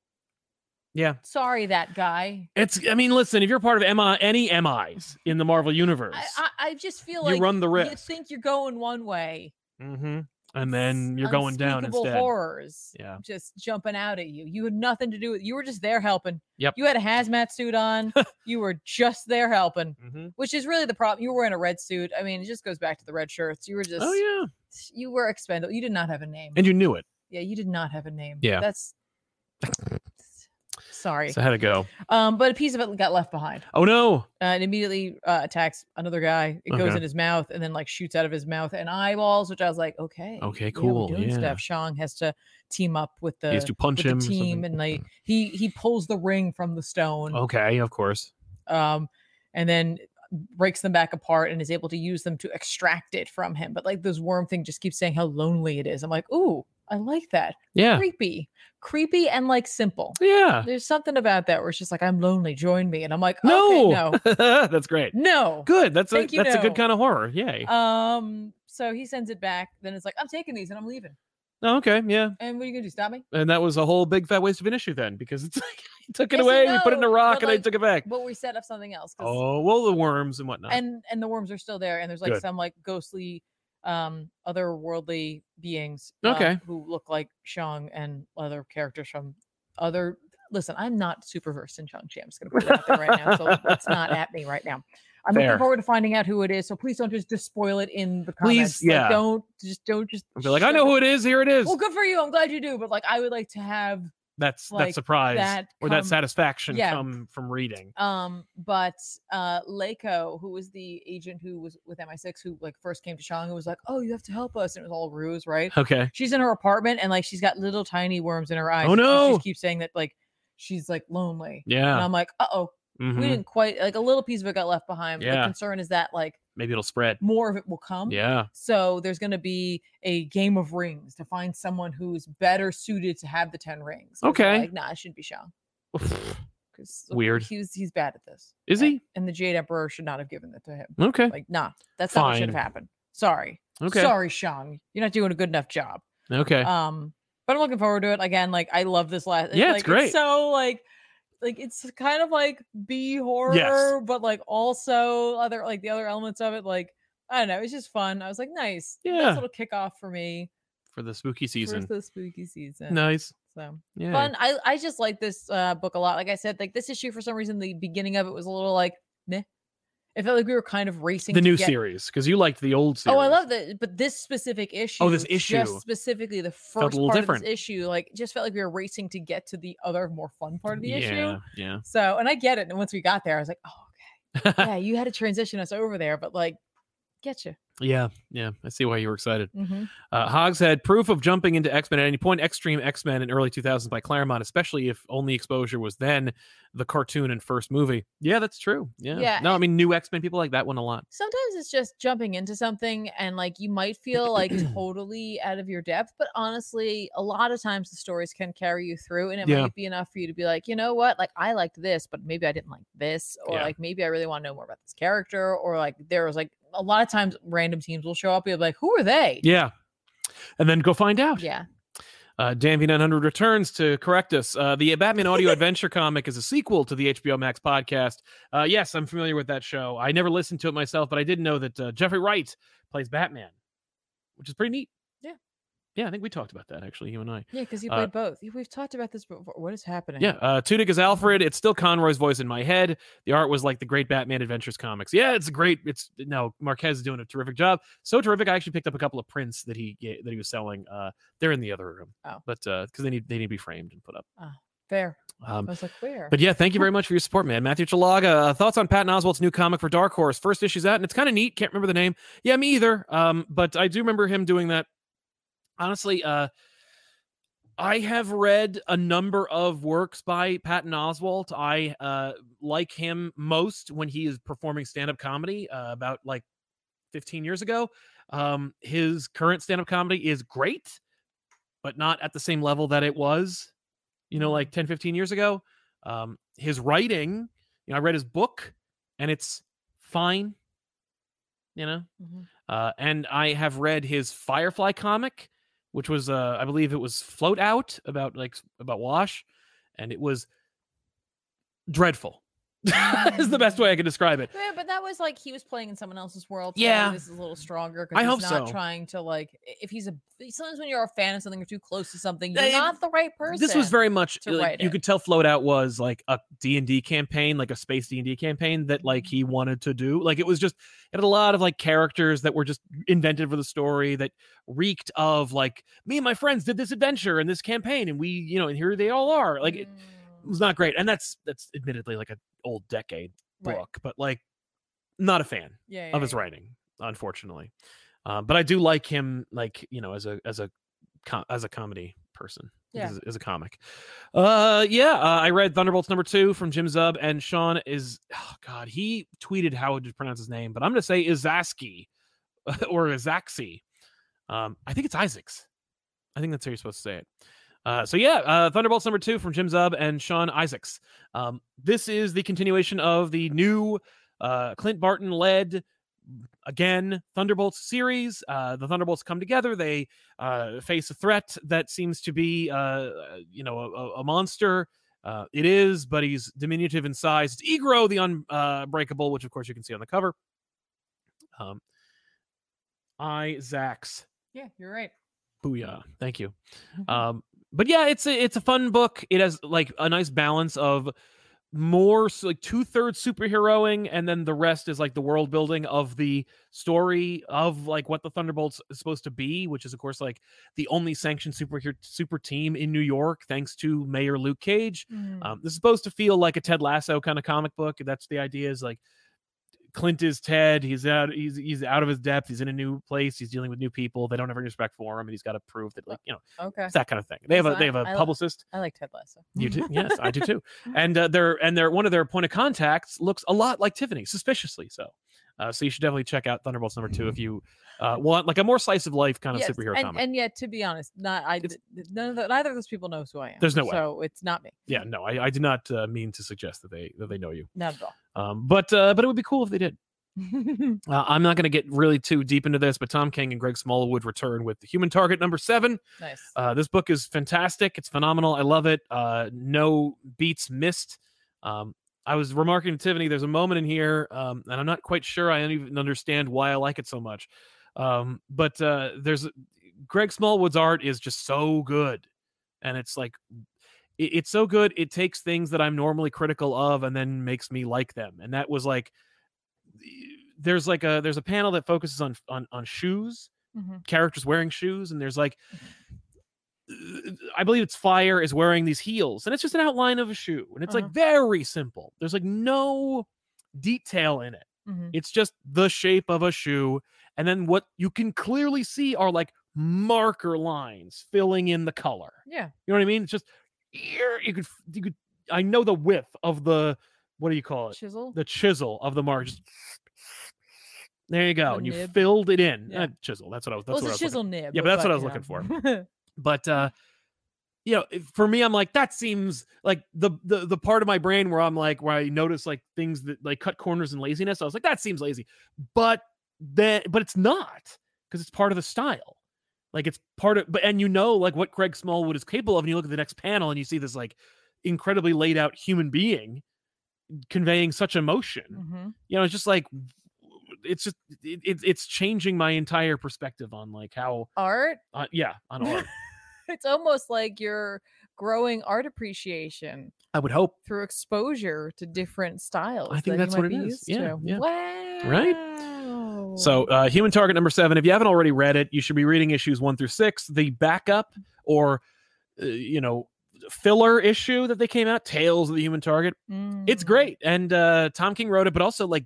A: Yeah.
B: sorry that guy.
A: It's. I mean, listen. If you're part of Mi, any Mi's in the Marvel universe,
B: I, I, I just feel
A: you
B: like
A: run the
B: you
A: risk.
B: think you're going one way.
A: mm-hmm. And then you're going down
B: unspeakable
A: instead.
B: horrors
A: Yeah.
B: just jumping out at you. You had nothing to do with You were just there helping.
A: Yep.
B: You had a hazmat suit on. you were just there helping,
A: Mm-hmm.
B: which is really the problem. You were wearing a red suit. I mean, it just goes back to the red shirts. You were just,
A: Oh yeah.
B: you were expendable. You did not have a name.
A: And you knew it.
B: yeah, you did not have a name.
A: Yeah.
B: That's sorry.
A: So how'd it go?
B: Um, but a piece of it got left behind.
A: Oh no.
B: uh, and immediately uh, attacks another guy. It goes
A: Okay.
B: in his mouth and then like shoots out of his mouth and eyeballs, which I was like, okay,
A: Okay,
B: yeah, we're
A: cool,
B: doing
A: yeah.
B: stuff. Shang has to team up with the,
A: he has to punch
B: with the
A: him. or
B: team,
A: something. Mm.
B: and like he he pulls the ring from the stone,
A: Okay, of course.
B: um, and then breaks them back apart and is able to use them to extract it from him. But like this worm thing just keeps saying how lonely it is. I'm like, ooh, I like that.
A: Yeah.
B: Creepy, creepy, and like simple.
A: Yeah.
B: There's something about that where it's just like I'm lonely, join me, and I'm like,
A: No.
B: okay, no,
A: That's great.
B: no.
A: Good. That's a
B: Thank you,
A: that's a
B: no.
A: good kind of horror. Yay.
B: Um, so he sends it back. Then it's like, I'm taking these and I'm leaving.
A: Oh, okay. Yeah.
B: And what are you gonna do? Stop me?
A: And that was a whole big fat waste of an issue then, because it's like I took it
B: Yes and
A: away, we put it in a
B: no,
A: rock,
B: but,
A: and I
B: like,
A: took it back.
B: But we set up something else. 'cause-
A: Oh, well, the worms and whatnot.
B: and and the worms are still there, and there's like
A: Good.
B: some like ghostly, um, otherworldly beings. uh,
A: Okay.
B: who look like Shang and other characters from other. Listen, I'm not super versed in Shang Chi. I'm just gonna put it out there right now. So it's not at me right now. I'm
A: Fair.
B: looking forward to finding out who it is. So please don't just just spoil it in the comments.
A: Please,
B: Like,
A: yeah.
B: don't just don't just.
A: I'll be like, I
B: shove
A: know
B: it-
A: who it is. Here it is.
B: Well, good for you. I'm glad you do. But like, I would like to have
A: that's that
B: like,
A: surprise
B: that
A: or that
B: come-
A: satisfaction
B: yeah.
A: come from reading.
B: Um, but uh Lako, who was the agent who was with MI6, who like first came to Shang and was like, Oh, you have to help us, and it was all ruse, right?
A: Okay.
B: She's in her apartment and like she's got little tiny worms in her eyes.
A: Oh,
B: and She
A: no.
B: just keeps saying that like she's like lonely. And
A: Yeah.
B: I'm like, uh oh,
A: mhm.
B: we didn't quite like a little piece of it got left behind. The
A: Yeah.
B: concern is that like
A: Maybe it'll spread.
B: more of it will come.
A: Yeah.
B: So there's going to be a game of rings to find someone who's better suited to have the ten rings. 'cause they're
A: Okay.
B: Like, nah, it should be Shang. 'cause
A: Weird.
B: He's he's bad at this.
A: Is
B: And-
A: he?
B: And the Jade Emperor should not have given that to him.
A: Okay.
B: Like, nah, that's not what should have
A: Fine.
B: happened. Sorry.
A: Okay.
B: Sorry, Shang. You're not doing a good enough job.
A: Okay.
B: Um, but I'm looking forward to it again. Like, I love this last.
A: Yeah, it's
B: like,
A: great.
B: so like, like it's kind of like B horror, but like also other like the other elements of it. Like, I don't know. It's just fun. I was like, nice.
A: Yeah.
B: Nice little kickoff for me
A: For the spooky season.
B: for the spooky season.
A: Nice.
B: So
A: Yeah.
B: fun. I I just like this uh, book a lot. Like I said, like this issue for some reason the beginning of it was a little like meh. It felt like we were kind of racing
A: The
B: to
A: new
B: get-
A: series because you liked the old series. Oh,
B: Oh, I love that, but this specific issue.
A: this issue
B: just specifically the first
A: felt a little
B: part
A: different.
B: of this issue, like just felt like we were racing to get to the other more fun part of the
A: yeah,
B: issue.
A: Yeah.
B: So, and I get it. And once we got there, I was like, oh, okay, yeah, you had to transition us over there, but like, get you.
A: yeah. Yeah. I see why you were excited.
B: hmm
A: Uh, Hogs had proof of jumping into X Men at any point. Extreme X Men in early 2000s by Claremont, especially if only exposure was then the cartoon and first movie. Yeah, that's true. Yeah.
B: Yeah,
A: No, I mean new X Men people like that one a lot.
B: Sometimes it's just jumping into something, and like you might feel like totally out of your depth, but honestly, a lot of times the stories can carry you through, and it
A: Yeah.
B: might be enough for you to be like, you know what, like I liked this, but maybe I didn't like this, or
A: Yeah.
B: like maybe I really want to know more about this character, or like there was like a lot of times random teams will show up, you'll be like, who are they?
A: Yeah. And then go find out.
B: Yeah.
A: Uh, Dan V900 returns to correct us. Uh, the Batman Audio Adventure comic is a sequel to the HBO Max podcast. Uh, yes, I'm familiar with that show. I never listened to it myself, but I did know that uh, Jeffrey Wright plays Batman, which is pretty neat.
B: Yeah.
A: Yeah, I think we talked about that actually, you and I.
B: Yeah, because he
A: Uh,
B: played both. We've talked about this before. What is happening?
A: Yeah, uh, Tudyk is Alfred. It's still Conroy's voice in my head. The art was like the great Batman Adventures comics. Yeah, it's great. It's no Marquez is doing a terrific job. So terrific. I actually picked up a couple of prints that he ga- that he was selling. Uh, they're in the other room.
B: Oh.
A: but because they need they need to be framed and put up.
B: Fair.
A: Um,
B: I was like, where?
A: but yeah, thank you very much for your support, man. Matthew Chalaga, uh, thoughts on Patton Oswalt's new comic for Dark Horse? First issue's out, and it's kind of neat. Can't remember the name. Yeah, me either. Um, but I do remember him doing that. Honestly, uh, I have read a number of works by Patton Oswalt. I uh, like him most when he is performing stand-up comedy. Uh, about like 15 years ago, um, his current stand-up comedy is great, but not at the same level that it was. You know, like 10, 15 years ago um, his writing you know i read his book and it's fine you know
B: Mhm.
A: uh, and i have read his firefly comic which was uh, i believe it was float out about like s- about wash and it was dreadful is the
B: Mm.
A: best way i can describe it
B: Yeah, but that was like he was playing in someone else's world. so
A: Yeah.
B: this is a little stronger. 'cause
A: I
B: he's
A: hope
B: not
A: so.
B: Trying to like, i- if he's a sometimes when you're a fan of something or too close to something,
A: Uh,
B: you're
A: it-
B: not the right person.
A: this was very much
B: to
A: like,
B: write
A: you
B: it.
A: could tell float out was like a d&d campaign like a space d&d campaign that like he
B: Mm-hmm.
A: wanted to do like it was just it had a lot of like characters that were just invented for the story that reeked of like me and my friends did this adventure and this campaign and we you know and here they all are like it
B: Mm,
A: was not great and that's that's admittedly like an old decade book
B: right.
A: but like not a fan
B: yeah,
A: of his writing, unfortunately. Um, but I do like him, like you know, as a as a com- as a comedy person,
B: Yeah.
A: as, as a comic. Uh, yeah, uh, I read Thunderbolts number two from Jim Zub, and Sean is oh God, he tweeted how to pronounce his name, but I'm gonna say Izaski or Izaxi. Um, I think it's Isaacs. I think that's how you're supposed to say it. Uh, so yeah, uh, Thunderbolts number two from Jim Zub and Sean Isaacs. Um, this is the continuation of the new uh, Clint Barton led again Thunderbolts series. Uh, the Thunderbolts come together. They uh, face a threat that seems to be uh, you know a, a- a monster. Uh, it is, but he's diminutive in size. It's Egro the Unbreakable, which of course you can see on the cover. Um, Isaacs.
B: Yeah, you're right.
A: Booyah. Thank you. Um, but yeah, it's a it's a fun book. It has like a nice balance of more s- like two thirds superheroing, and then the rest is like the world building of the story of like what the Thunderbolts is supposed to be, which is of course like the only sanctioned super super team in New York, thanks to Mayor Luke Cage.
B: Mm,
A: Um, this is supposed to feel like a Ted Lasso kind of comic book. That's the idea. Is like Clint is Ted. He's out. He's he's out of his depth. He's in a new place. He's dealing with new people. They don't have any respect for him, and he's got to prove that, like you know,
B: okay,
A: it's that kind of thing. They have a
B: Listen,
A: they have
B: I-
A: a
B: I Mm-hmm. lo-
A: publicist.
B: I like Ted Lasso.
A: You do, yes, I do too. And uh, their and their one of their point of contacts looks a lot like Tiffany, suspiciously so. Uh, so you should definitely check out Thunderbolts number two if you uh, want like a more slice of life kind of
B: Yes,
A: superhero
B: and,
A: comic.
B: And yet, to be honest, not I.
A: It's-
B: th- none of the, neither of those people knows who I am.
A: There's no way.
B: So it's not me.
A: yeah, no, I, I did not uh, mean to suggest that they that they know you,
B: Not at all.
A: um, but uh, but it would be cool if they did. Uh, I'm not going to get really too deep into this, but Tom King and Greg Smallwood return with the Human Target number seven.
B: nice.
A: Uh, this book is fantastic. It's phenomenal. I love it. Uh, no beats missed. Um, I was remarking to Tiffany, there's a moment in here, um, and I'm not quite sure I even understand why I like it so much. Um, but uh, there's Greg Smallwood's art is just so good, and it's like it- it's so good. It takes things that I'm normally critical of and then makes me like them. And that was like there's like a there's a panel that focuses on on on shoes
B: Mhm.
A: characters wearing shoes and there's like
B: Mm-hmm.
A: i believe it's fire is wearing these heels and it's just an outline of a shoe and it's
B: Uh-huh.
A: like very simple there's like no detail in it
B: Mhm.
A: it's just the shape of a shoe and then what you can clearly see are like marker lines filling in the color
B: Yeah.
A: you know what i mean it's just eer, you could f- you could i know the width of the what do you call it
B: Chisel.
A: the chisel of the mark just there you go
B: The
A: and you
B: nib.
A: filled it in
B: Yeah.
A: Uh, chisel that's what i was that's
B: well,
A: what I
B: it's
A: was
B: a
A: looking
B: chisel nib.
A: Yeah, but that's what I was looking
B: for.
A: but uh you know if- for me i'm like that seems like the, the the part of my brain where i'm like where i notice like things that like cut corners and laziness i was like that seems lazy but then but it's not because it's part of the style like it's part of but and you know like what greg smallwood is capable of and you look at the next panel and you see this like incredibly laid out human being conveying such emotion
B: hmm
A: you know it's just like it's just it, it, it's changing my entire perspective on like how
B: Art.
A: uh, yeah on art
B: It's almost like you're growing art appreciation
A: i would hope
B: through exposure to different styles.
A: think
B: that
A: that's
B: you might
A: what it
B: be
A: is.
B: used
A: Yeah,
B: To.
A: yeah.
B: Wow.
A: Right? So, uh, Human Target number seven. If you haven't already read it, you should be reading issues one through six. The backup or, uh, you know, filler issue that they came out, Tales of the Human Target. It's
B: Mm.
A: great, and uh, Tom King wrote it, but also like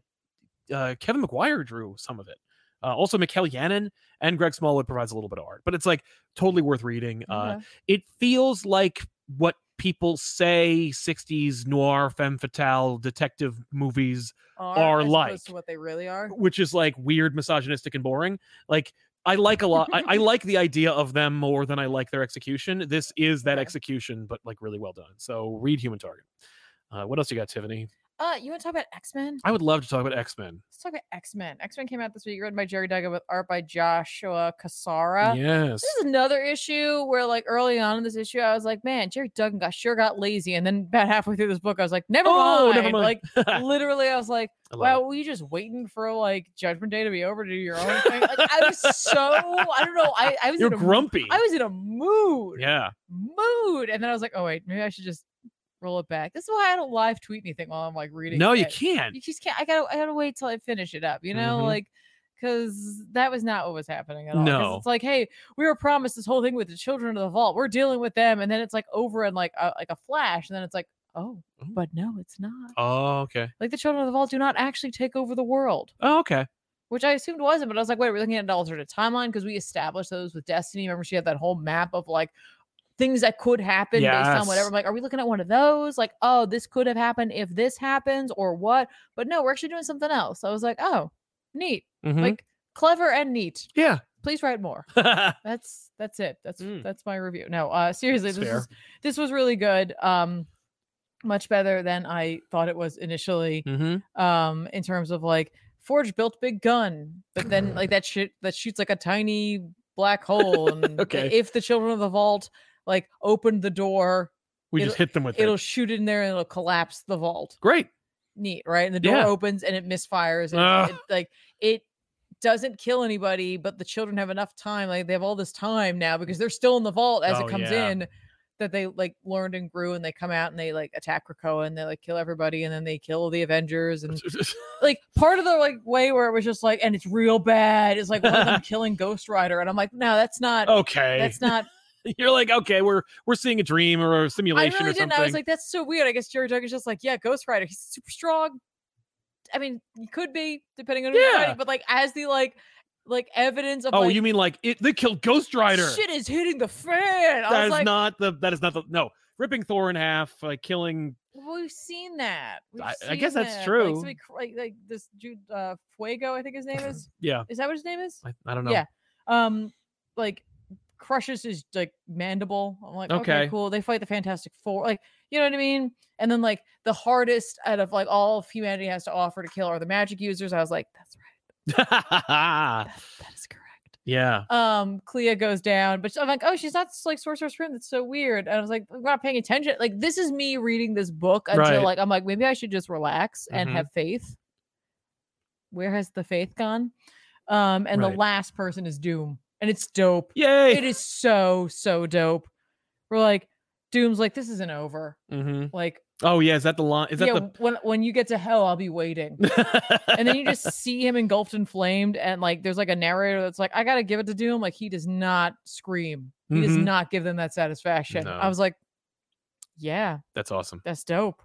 A: uh, Kevin McGuire drew some of it. Uh, also, Mikkel Yannon and Greg Smallwood provides a little bit of art, but it's like totally worth reading. Uh,
B: Okay.
A: it feels like what people say 60s noir femme fatale detective movies are
B: as opposed
A: like-
B: to what they really are.
A: which is like weird, misogynistic, and boring. Like I like a lot. I, I like the idea of them more than I like their execution. This is that
B: Okay.
A: execution, but like really well done. So read Human Target. Uh, what else you got, Tiffany?
B: Uh, you want to talk about X Men?
A: I would love to talk about X Men.
B: Let's talk about X Men. X Men came out this week, written by Jerry Duggan with art by Joshua Cassara.
A: yes.
B: This is another issue where, like, early on in this issue, I was like, "Man, Jerry Duggan got sure got lazy." And then about halfway through this book, I was like, "Never
A: Oh,
B: mind."
A: never mind.
B: Like, literally, I was like,
A: I love
B: "Wow, were you just waiting for like Judgment Day to be over to do your own thing?" Like, I was so I don't know. I, I
A: it.
B: was
A: you're
B: in a,
A: grumpy.
B: I was in a mood,
A: yeah.
B: mood, and then I was like, "Oh wait, maybe I should just roll it back." This is why I don't live tweet anything while I'm like reading.
A: No, you
B: it
A: can't.
B: you just can't. I gotta, I gotta wait till I finish it up. You know,
A: Mhm.
B: like because that was not what was happening at all. 'Cause
A: No.
B: it's like, hey, we were promised this whole thing with the children of the vault. We're dealing with them, and then it's like over in like a, like a flash, and then it's like, oh,
A: Mm.
B: but no, it's not.
A: Oh, okay.
B: Like the children of the vault do not actually take over the world.
A: Oh, okay.
B: Which I assumed wasn't, but I was like, wait, we're looking at an alternate timeline because we established those with Destiny. Remember, she had that whole map of like things that could happen based on
A: Yes.
B: whatever. I'm like, are we looking at one of those? Like, oh, this could have happened if this happens or what? But no, we're actually doing something else. I was like, oh, neat,
A: Mhm.
B: like clever and neat.
A: yeah.
B: Please write more. That's that's it. That's
A: Mm.
B: that's my review. No, uh, seriously,
A: It's
B: this
A: fair.
B: is, this was really good. Um, much better than I thought it was initially
A: mm-hmm.
B: um in terms of like Forge built big gun, but then like that shit that shoots like a tiny black hole. And i-
A: Okay.
B: if the children of the vault like opened the door,
A: We
B: It'll-
A: just hit them with
B: it'll
A: it.
B: shoot in there and it'll collapse the vault.
A: Great.
B: Neat, right? And the door
A: Yeah. Ah.
B: opens and it misfires.
A: Ugh.
B: And it, like it doesn't kill anybody, but the children have enough time. Like they have all this time now because they're still in the vault as
A: Mm. Oh,
B: it comes
A: yeah.
B: in. That they like learned and grew, and they come out and they like attack Krakoa and they like kill everybody, and then they kill the Avengers and like part of the like way where it was just like, and it's real bad. It's like one of them killing Ghost Rider, and I'm like, no, that's not.
A: okay.
B: That's not.
A: You're like, okay, we're we're seeing a dream or a
B: I
A: simulation
B: really
A: or something.
B: didn't. I was like, that's so weird. I guess Jerry Duggan's just like, yeah, Ghost Rider. He's super strong. I mean, he could be depending on who you're
A: Yeah.
B: writing, but like as the like like evidence of
A: oh,
B: like,
A: you mean like it they killed Ghost Rider.
B: shit is hitting the fan. I
A: That
B: was
A: is
B: like,
A: not the that is not the no ripping Thor in half, uh, killing
B: Well, we've seen that. We've
A: I- I guess
B: seen
A: that's
B: that.
A: true.
B: Like, somebody cr- like, like this Jude uh, Fuego, I think his name is.
A: Yeah,
B: Is that what his name is?
A: I, I don't know.
B: Yeah. Um, like crushes his like mandible. I'm like, okay,
A: Okay.
B: cool. They fight the Fantastic Four, like you know what I mean. And then like the hardest out of like all of humanity has to offer to kill are the magic users. I was like, that's right. That, that is correct.
A: yeah,
B: um clea goes down but sh- i'm like oh she's not s- like sorcerer's room that's so weird and i was like i'm not paying attention like this is me reading this book until
A: Right.
B: like i'm like maybe i should just relax and
A: Mhm.
B: have faith where has the faith gone um and the
A: Right.
B: last person is doom and it's dope
A: yay.
B: it is so so dope we're like doom's like this isn't over
A: mm-hmm.
B: like
A: Oh yeah, is that the line? Is that
B: yeah when when you get to hell i'll be waiting
A: the?
B: and then you just see him engulfed in flamed and like there's like a narrator that's like i gotta give it to doom like he does not scream he does
A: Mhm.
B: not give them that satisfaction i
A: No.
B: was like yeah
A: That's awesome.
B: that's dope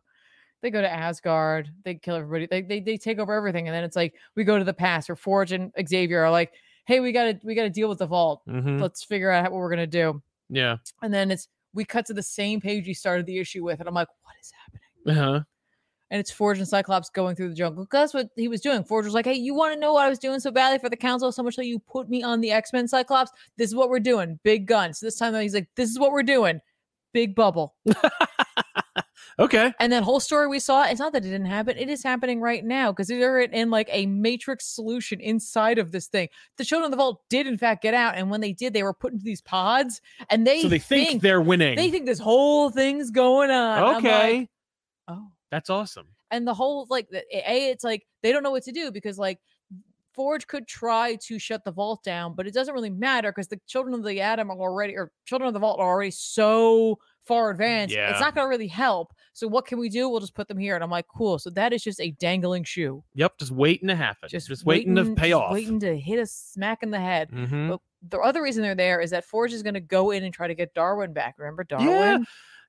B: they go to asgard they kill everybody they, they, they take over everything and then it's like we go to the past where forge and xavier are like hey we gotta we gotta deal with the vault
A: Mm-hmm.
B: let's figure out what we're gonna do
A: Yeah.
B: and then it's we cut to the same page you started the issue with and i'm like what is happening
A: Uh-huh.
B: and it's Forge and Cyclops going through the jungle. 'Cause That's what he was doing. Forge was like, "Hey, you want to know what I was doing so badly for the council? So much that you put me on the X Men, Cyclops. This is what we're doing. Big guns." So this time he's like, "This is what we're doing. Big bubble."
A: Okay.
B: And that whole story we saw, it's not that it didn't happen. It is happening right now because they're in, in like a matrix solution inside of this thing. The Children of the Vault did in fact get out, and when they did, they were put into these pods, and they
A: so they think,
B: think
A: they're winning.
B: they think this whole thing's going on. I'm like,
A: okay.
B: oh.
A: That's awesome.
B: and the whole like the, a it's like they don't know what to do because like forge could try to shut the vault down but it doesn't really matter because the children of the atom are already or children of the vault are already so far advanced
A: Yeah.
B: it's not going to really help so what can we do we'll just put them here and i'm like cool so that is just a dangling shoe
A: Yep. Just waiting to happen. Just, waiting, to pay
B: just
A: off.
B: waiting to hit a smack in the head
A: Mhm.
B: but the other reason they're there is that forge is going to go in and try to get darwin back remember darwin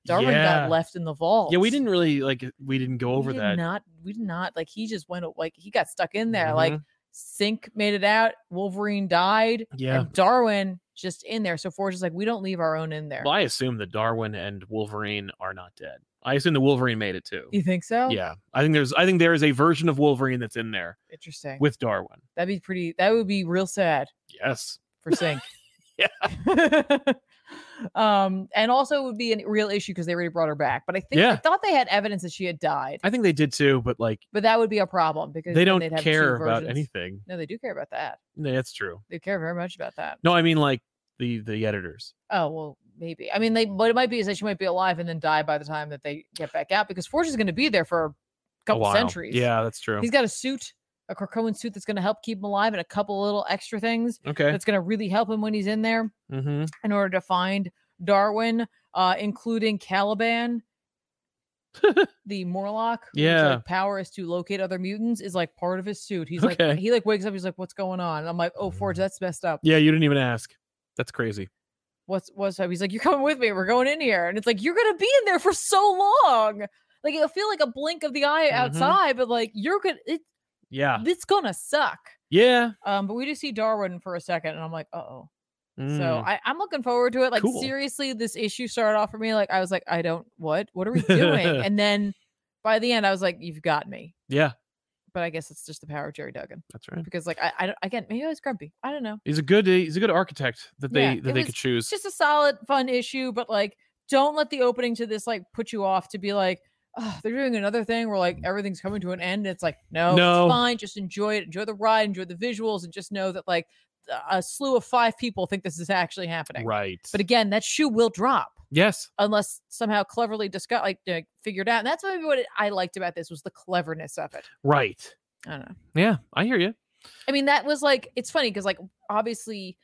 B: darwin
A: yeah.
B: got left in the vault
A: Yeah, we didn't really like. We didn't go over
B: we did
A: that. Mm-hmm.
B: Not we did not like he just went like he got stuck in there. Like Sink made it out. Wolverine died,
A: Yeah.
B: and Darwin just in there. So Forge is like, we don't leave our own in there.
A: Well, I assume that Darwin and Wolverine are not dead. I assume the Wolverine made it too.
B: You think so?
A: Yeah, I think there's. I think there is a version of Wolverine that's in there
B: Interesting.
A: with Darwin.
B: That'd be pretty. That would be real sad
A: Yes.
B: for Sink.
A: Yeah.
B: um, and also it would be a real issue because they already brought her back. But I think I
A: Yeah.
B: thought they had evidence that she had died.
A: I think they did too, but like
B: But that would be a problem because
A: they don't
B: then they'd have two
A: care about
B: versions.
A: anything.
B: No, they do care about that.
A: No, that's true.
B: They care very much about that.
A: No, I mean like the the editors.
B: Oh well, maybe. I mean, they what it might be is that she might be alive and then die by the time that they get back out because Forge is going to be there for a
A: A
B: couple
A: while.
B: centuries.
A: Yeah, that's true.
B: he's got a suit, a Krakoan suit that's going to help keep him alive, and a couple little extra things
A: okay.
B: that's going to really help him when he's in there
A: Mm-hmm.
B: in order to find Darwin, uh, including Caliban. the Morlock, whose,
A: Yeah.
B: like, power is to locate other mutants is like part of his suit. He's
A: Okay.
B: like, he like wakes up, he's like, "What's going on?" And I'm like, "Oh, Forge, that's messed up."
A: Yeah, you didn't even ask. That's crazy.
B: what's what's up? He's like, You're coming with me, we're going in here. And it's like, You're gonna be in there for so long. Like it'll feel like a blink of the eye
A: Mhm.
B: outside, but like you're gonna it,
A: Yeah.
B: it's gonna suck.
A: Yeah.
B: Um, but we do see Darwin for a second, and I'm like, uh oh. So
A: Mm.
B: I, I'm looking forward to it. Like
A: Cool.
B: seriously, this issue started off for me. Like I was like, I don't what? What are we doing? and then by the end, I was like, You've got me.
A: yeah,
B: But I guess it's just the power of Jerry Duggan.
A: that's right.
B: Because like I, I don't again, maybe I was grumpy. I don't know.
A: He's a good he's a good architect that they
B: Yeah, it
A: that they
B: was
A: could choose.
B: it's just a solid fun issue but like don't let the opening to this like put you off to be like oh, they're doing another thing where like everything's coming to an end it's like no,
A: No.
B: it's fine just enjoy it enjoy the ride enjoy the visuals and just know that like a slew of five people think this is actually happening
A: Right.
B: but again that shoe will drop
A: yes.
B: unless somehow cleverly discussed like uh, figured out and that's maybe what i liked about this was the cleverness of it
A: Right.
B: i don't know
A: Yeah, I hear you.
B: I mean, that was like it's funny because like obviously,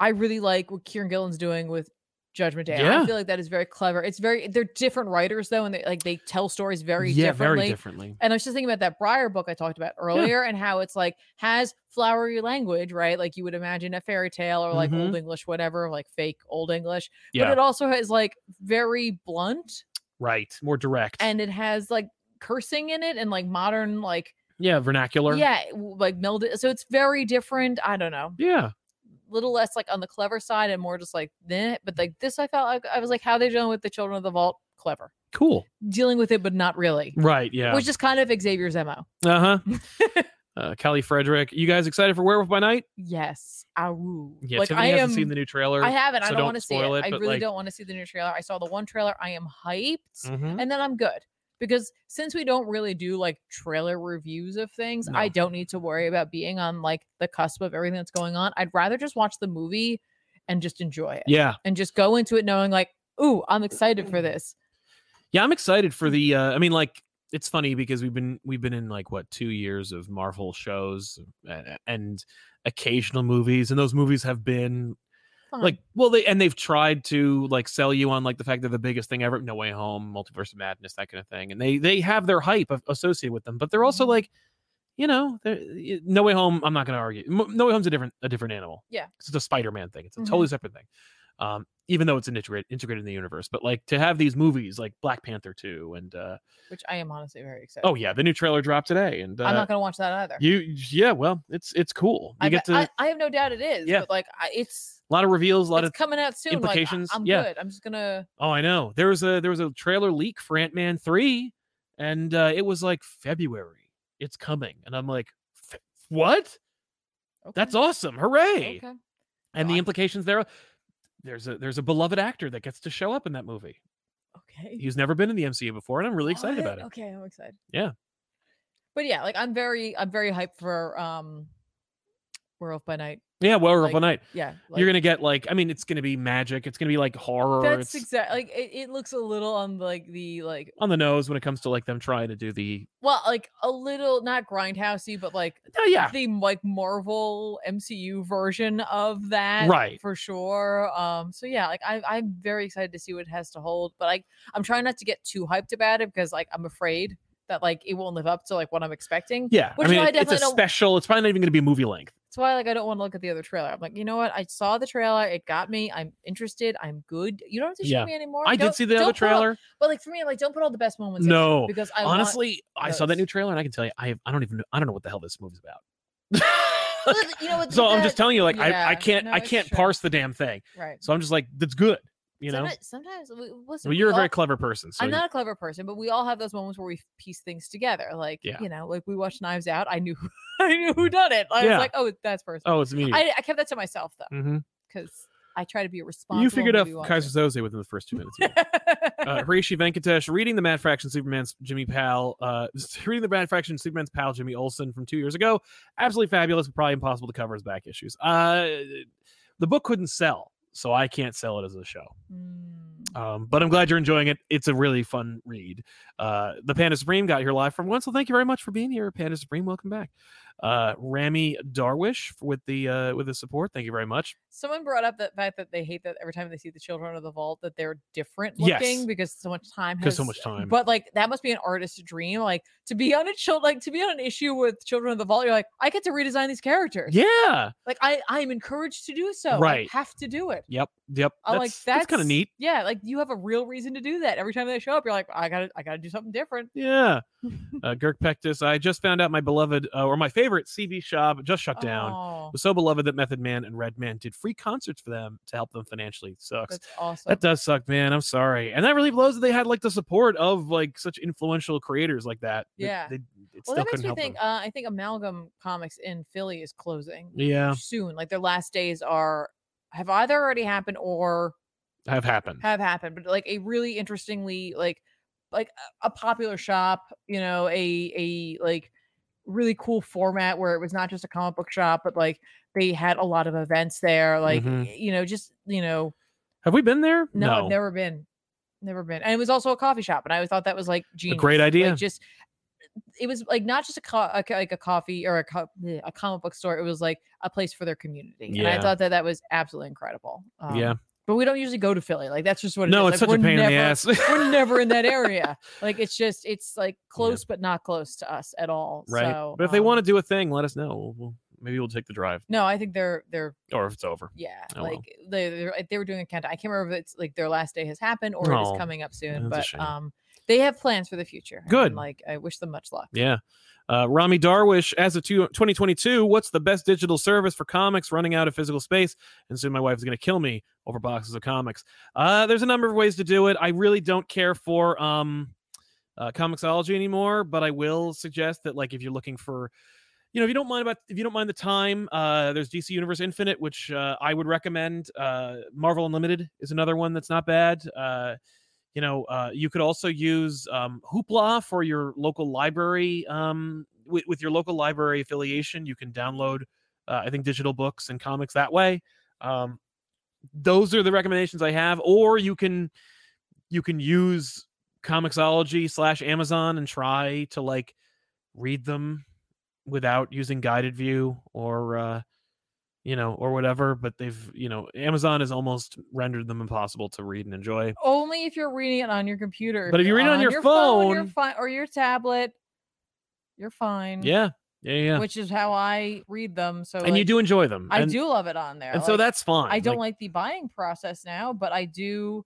B: I really like what Kieran Gillen's doing with Judgment Day. I
A: Yeah.
B: feel like that is very clever. It's very they're different writers though, and they like they tell stories very
A: yeah,
B: differently.
A: very differently.
B: And I was just thinking about that Briar book I talked about earlier, and how it's like has flowery language, right? Like you would imagine a fairy tale or like
A: Mhm.
B: old English, whatever, like fake old English. But
A: Yeah.
B: it also is like very blunt,
A: Right. More direct.
B: and it has like cursing in it and like modern like
A: yeah, vernacular.
B: yeah w- like melded so it's very different i don't know
A: Yeah.
B: little less like on the clever side and more just like then but like this i felt like i was like how they doing with the children of the vault clever.
A: Cool.
B: Dealing with it, but not really,
A: Right. Yeah.
B: which is kind of Xavier's MO.
A: Uh-huh. uh Kelly Frederick. You guys excited for Werewolf by Night?
B: Yes. Ow.
A: Yeah,
B: like,
A: Tiffany
B: I am.
A: hasn't seen the new trailer.
B: I haven't. I
A: so
B: don't,
A: don't
B: want to see it.
A: spoil it,
B: I
A: but,
B: really
A: like-
B: don't want to see the new trailer. I saw the one trailer. I am hyped.
A: Mhm.
B: and then I'm good. Because since we don't really do like trailer reviews of things, I
A: No.
B: don't need to worry about being on like the cusp of everything that's going on. I'd rather just watch the movie and just enjoy it
A: Yeah.
B: and just go into it knowing like, ooh, I'm excited for this.
A: Yeah, I'm excited for the uh I mean like it's funny because we've been we've been in like what 2 years of Marvel shows and, and occasional movies and those movies have been
B: Fine.
A: like well they and they've tried to like sell you on like the fact that the biggest thing ever no way home multiverse of madness that kind of thing and they they have their hype of- associated with them but they're also
B: Mhm.
A: like you know they're- y- no way home i'm not going to argue M- no way home's a different a different animal
B: Yeah. Mm-hmm.
A: 'Cause it's a spider-man thing it's a totally separate thing um even though it's integrated integrated in the universe but like to have these movies like black panther 2 and uh
B: which I am honestly very excited.
A: oh yeah the new trailer dropped today and uh,
B: I'm not gonna watch that either.
A: you yeah well it's it's cool you
B: I,
A: get
B: bet-
A: to a
B: I, I have no doubt it is.
A: Yeah.
B: But like I, it's
A: lot of reveals a lot
B: it's
A: of
B: coming out soon.
A: implications,
B: Like I- I'm
A: yeah.
B: good. I'm just gonna
A: Oh, I know. There was a there was a trailer leak for Ant Man three, and uh, it was like February. It's coming, and I'm like, "F- what?
B: okay,
A: That's awesome! Hooray!
B: Okay.
A: And
B: No,
A: the
B: I-
A: implications there. There's a there's a beloved actor that gets to show up in that movie.
B: Okay.
A: He's never been in the MCU before, and I'm really excited
B: What?
A: about it.
B: Okay, I'm excited.
A: Yeah.
B: But yeah, like I'm very I'm very hyped for um Werewolf by Night.
A: Yeah, well,
B: Oh, Like,
A: Ravel Knight.
B: Yeah.
A: You're
B: like,
A: gonna get like, I mean, it's gonna be magic. It's gonna be like horror.
B: That's
A: it's
B: exactly like it, it looks a little on like the like
A: on the nose when it comes to like them trying to do the.
B: well like a little not grindhousey but like
A: Oh yeah,
B: the like Marvel MCU version of that
A: Right.
B: for sure. Um so yeah, like I I'm very excited to see what it has to hold, but like I'm trying not to get too hyped about it because like I'm afraid that like it won't live up to like what I'm expecting.
A: yeah.
B: Which
A: I
B: is
A: mean,
B: why I
A: it- it's a
B: definitely don't-
A: special. It's probably not even gonna be movie length.
B: That's why like I don't want to look at the other trailer. I'm like, you know what? I saw the trailer. It got me. I'm interested. I'm good. You don't have to show
A: Yeah.
B: me anymore.
A: I did
B: Don't-
A: see the other
B: don't put all-
A: trailer.
B: but like for me, like don't put all the best moments. in
A: No,
B: because I want-
A: honestly, I saw that
B: those.
A: new trailer and I can tell you, I have, I don't even know, I don't know what the hell this movie's about.
B: Well, you know what?
A: so I'm
B: that-
A: just telling you, like, I, I
B: yeah,
A: can't
B: no,
A: I
B: it's
A: can't
B: true.
A: parse the damn thing.
B: right.
A: So I'm just like, that's good, you know.
B: sometimes, sometimes we, listen,
A: Well,
B: we
A: you're a
B: all-
A: very clever person, so
B: I'm
A: you-
B: not a clever person, but we all have those moments where we piece things together. Like
A: Yeah. Mm.
B: you know, like we watched Knives Out. I knew I knew who done it. I
A: Yeah.
B: was like, oh, that's person.
A: oh, it's me.
B: I, I kept that to myself though,
A: Mhm.
B: because I try to be a responsible.
A: You figured out
B: movie watcher.
A: Kaiser Soze within the first two minutes. yeah. uh, Harishi Venkatesh reading the Mad Fraction Superman's Jimmy Pal, uh, reading the Mad Fraction Superman's pal Jimmy Olsen from two years ago. Absolutely fabulous, but probably impossible to cover his back issues. Uh, the book couldn't sell, so I can't sell it as a show.
B: Mm.
A: Um, but I'm glad you're enjoying it. It's a really fun read. Uh, the Panda Supreme got here live from one, so thank you very much for being here, Panda Supreme. Welcome back, uh, Rami Darwish with the uh, with the support. Thank you very much.
B: Someone brought up the fact that they hate that every time they see the children of the vault that they're different
A: Yes.
B: looking because so much time has
A: Because so much time.
B: But like that must be an artist's dream. Like to be on a child like to be on an issue with children of the vault, you're like, I get to redesign these characters.
A: yeah.
B: Like I I'm encouraged to do so.
A: Right.
B: I have to do it.
A: Yep. Yep.
B: I
A: That's,
B: Oh, like
A: that's kind of neat.
B: Yeah, like you have a real reason to do that. Every time they show up, you're like, I gotta I gotta do something different.
A: Yeah. uh, Girk Pectus. I just found out my beloved uh, or my favorite CB shop just shut down.
B: Oh,
A: Was so beloved that Method Man and Red Man did free concerts for them to help them financially. Sucks.
B: that's awesome.
A: That does suck, man. I'm sorry, and that really blows that they had like the support of like such influential creators like that. They-
B: Yeah.
A: they, it
B: well,
A: still
B: that makes
A: couldn't
B: me
A: help
B: think.
A: them.
B: Uh, I think Amalgam Comics in Philly is closing.
A: Yeah,
B: soon. Like their last days are have either already happened or
A: have happened.
B: have happened, but like a really interestingly like like a- a popular shop, you know, a a like really cool format where it was not just a comic book shop, but like they had a lot of events there. Like
A: Mhm.
B: you know, just you know,
A: Have we been there?
B: no, I've never been. Never been. And it was also a coffee shop. And I always thought that was like
A: a
B: genius.
A: great idea.
B: Like just it was like not just a, co- a co- like a coffee or a co- bleh, a comic book store. It was like a place for their community, and
A: Yeah.
B: I thought that that was absolutely incredible. Um,
A: yeah,
B: but we don't usually go to Philly. Like that's just what. It
A: no,
B: is.
A: it's
B: Like,
A: such a
B: we're
A: pain in the
B: never-
A: ass.
B: We're never in that area. Like it's just it's like close but not close to us at all.
A: right,
B: So,
A: but if they want
B: um,
A: to do a thing, let us know. We'll, we'll- maybe we'll take the drive,
B: no, I think they're they're
A: or if it's over.
B: yeah
A: Oh, well.
B: like they they're, like, they were doing a countdown. I can't remember if it's like their last day has happened or it
A: Oh,
B: is coming up soon.
A: that's a
B: But
A: shame.
B: um, they have plans for the future. and,
A: Good.
B: like I wish them much luck.
A: Yeah. Uh, Rami Darwish, as of two, 2022, what's the best digital service for comics running out of physical space? And soon my wife is going to kill me over boxes of comics. Uh, there's a number of ways to do it. I really don't care for um, uh, Comixology anymore, but I will suggest that like if you're looking for, you know, if you don't mind about if you don't mind the time, uh, there's DC Universe Infinite, which uh, I would recommend. Uh, Marvel Unlimited is another one that's not bad. Uh, you know, uh, you could also use um, Hoopla for your local library. Um, with, with your local library affiliation, you can download, uh, I think, digital books and comics that way. Um, those are the recommendations I have. Or you can you can use Comixology slash Amazon and try to like read them without using guided view or uh, you know or whatever. But they've you know Amazon has almost rendered them impossible to read and enjoy.
B: Only if you're reading it on your computer.
A: But if you read it on your
B: you're
A: phone-
B: fine, or your tablet, you're fine.
A: Yeah, yeah, yeah.
B: Mm. Which is how I read them. So
A: and you
B: like,
A: do enjoy them.
B: I
A: and,
B: do love it on there.
A: and so
B: like,
A: that's fine.
B: I don't
A: Like,
B: like, the buying process now, but I do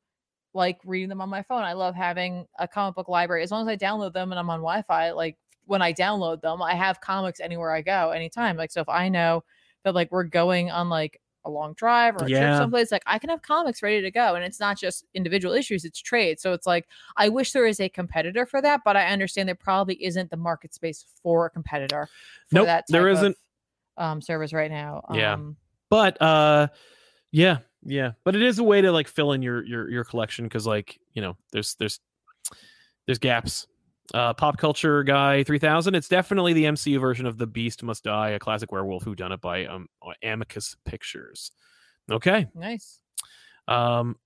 B: like reading them on my phone. I love having a comic book library. As long as I download them and I'm on Wi-Fi, like when I download them, I have comics anywhere I go, anytime. Like so, if I know that like we're going on like a long drive or a
A: Yeah.
B: trip someplace, like I can have comics ready to go, and it's not just individual issues; it's trade. So it's like I wish there is a competitor for that, but I understand there probably isn't the market space for a competitor. For
A: Nope,
B: that
A: there
B: type of,
A: isn't.
B: um service right now.
A: Yeah.
B: Um,
A: but uh, yeah, yeah. But it is a way to like fill in your your your collection because like you know there's there's there's gaps. Uh, pop culture guy three thousand. It's definitely the MCU version of the Beast Must Die, a classic werewolf who done it by um Amicus Pictures. Okay.
B: nice.
A: Um,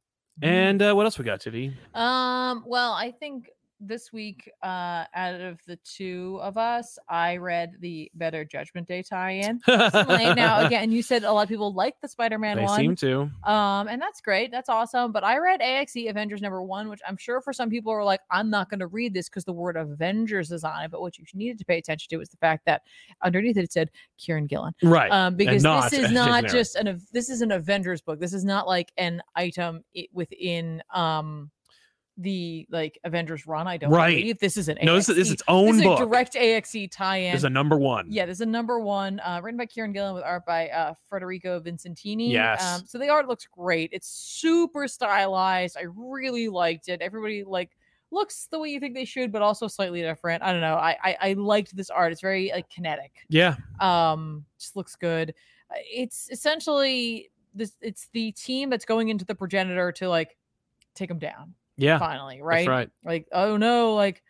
B: Mm-hmm.
A: and uh, what else we got, Tivi?
B: Um, well, I think this week, uh, out of the two of us, I read the Better Judgment Day tie-in. Recently. now, again, you said a lot of people like the Spider-Man
A: they
B: one.
A: seem to.
B: Um, and that's great. That's awesome. But I read AXE Avengers number one, which I'm sure for some people are like, I'm not going to read this because the word Avengers is on it. But what you needed to pay attention to is the fact that underneath it, it said Kieran Gillen.
A: Right.
B: Um, because
A: not
B: this is
A: a
B: not
A: generic.
B: just an av- this is an Avengers book. This is not like an item i- within um the like Avengers run. I don't
A: Right.
B: believe this is an
A: no, this is, this is
B: AXE
A: its own
B: this is
A: book.
B: a direct AXE tie-in.
A: There's a number one.
B: Yeah, there's a number one uh, written by Kieran Gillen with art by uh, Federico Vincentini.
A: Yes.
B: Um, so the art looks great. It's super stylized. I really liked it. Everybody like looks the way you think they should, but also slightly different. I don't know. I I, I liked this art. It's very like kinetic.
A: Yeah.
B: Um, just looks good. Uh, It's essentially this. It's the team that's going into the progenitor to like take them down.
A: Yeah.
B: Finally,
A: That's right.
B: like oh no like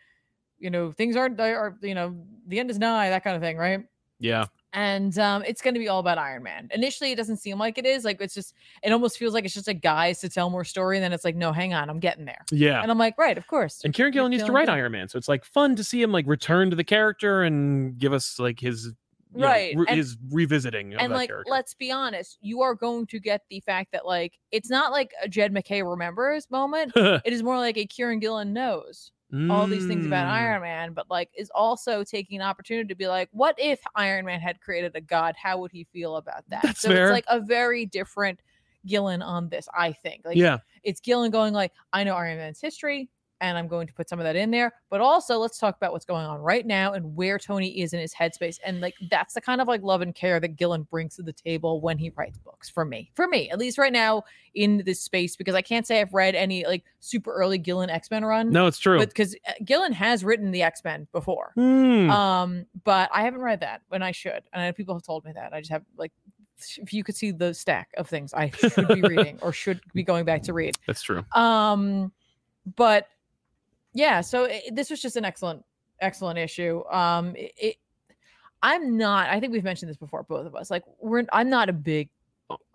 B: you know things aren't they are you know the end is nigh that kind of thing right
A: Yeah.
B: and um it's going to be all about iron man initially it doesn't seem like it is like it's just it almost feels like it's just a guise to tell more story and then it's like no hang on i'm getting there
A: Yeah.
B: and i'm like right of course
A: And Kieran Gillen used to
B: Gillen
A: write
B: did.
A: Iron Man, so it's like fun to see him like return to the character and give us like his you know,
B: Right,
A: re-
B: and-
A: his revisiting of
B: and
A: that
B: like
A: character.
B: let's be honest you are going to get the fact that like it's not like a jed mckay remembers moment it is more like a kieran gillen knows all these things about
A: Mm.
B: Iron Man, but like is also taking an opportunity to be like, what if Iron Man had created a god? How would he feel about that?
A: That's
B: so
A: fair.
B: it's like a very different Gillen on this, I think. Like
A: yeah,
B: it's Gillen going like, I know Iron Man's history and I'm going to put some of that in there, but also let's talk about what's going on right now and where Tony is in his headspace. And like that's the kind of like love and care that Gillen brings to the table when he writes books for me. For me, at least right now in this space because I can't say I've read any like super early Gillen X-Men run
A: no, it's true.
B: but because Gillen has written the X Men before,
A: Hmm.
B: um, but I haven't read that when I should, and I- people have told me that. I just have like, if you could see the stack of things I should be reading or should be going back to read,
A: That's true.
B: um, but yeah, so it, this was just an excellent, excellent issue. Um, it, it, I'm not. I think we've mentioned this before, both of us. Like, we're. I'm not a big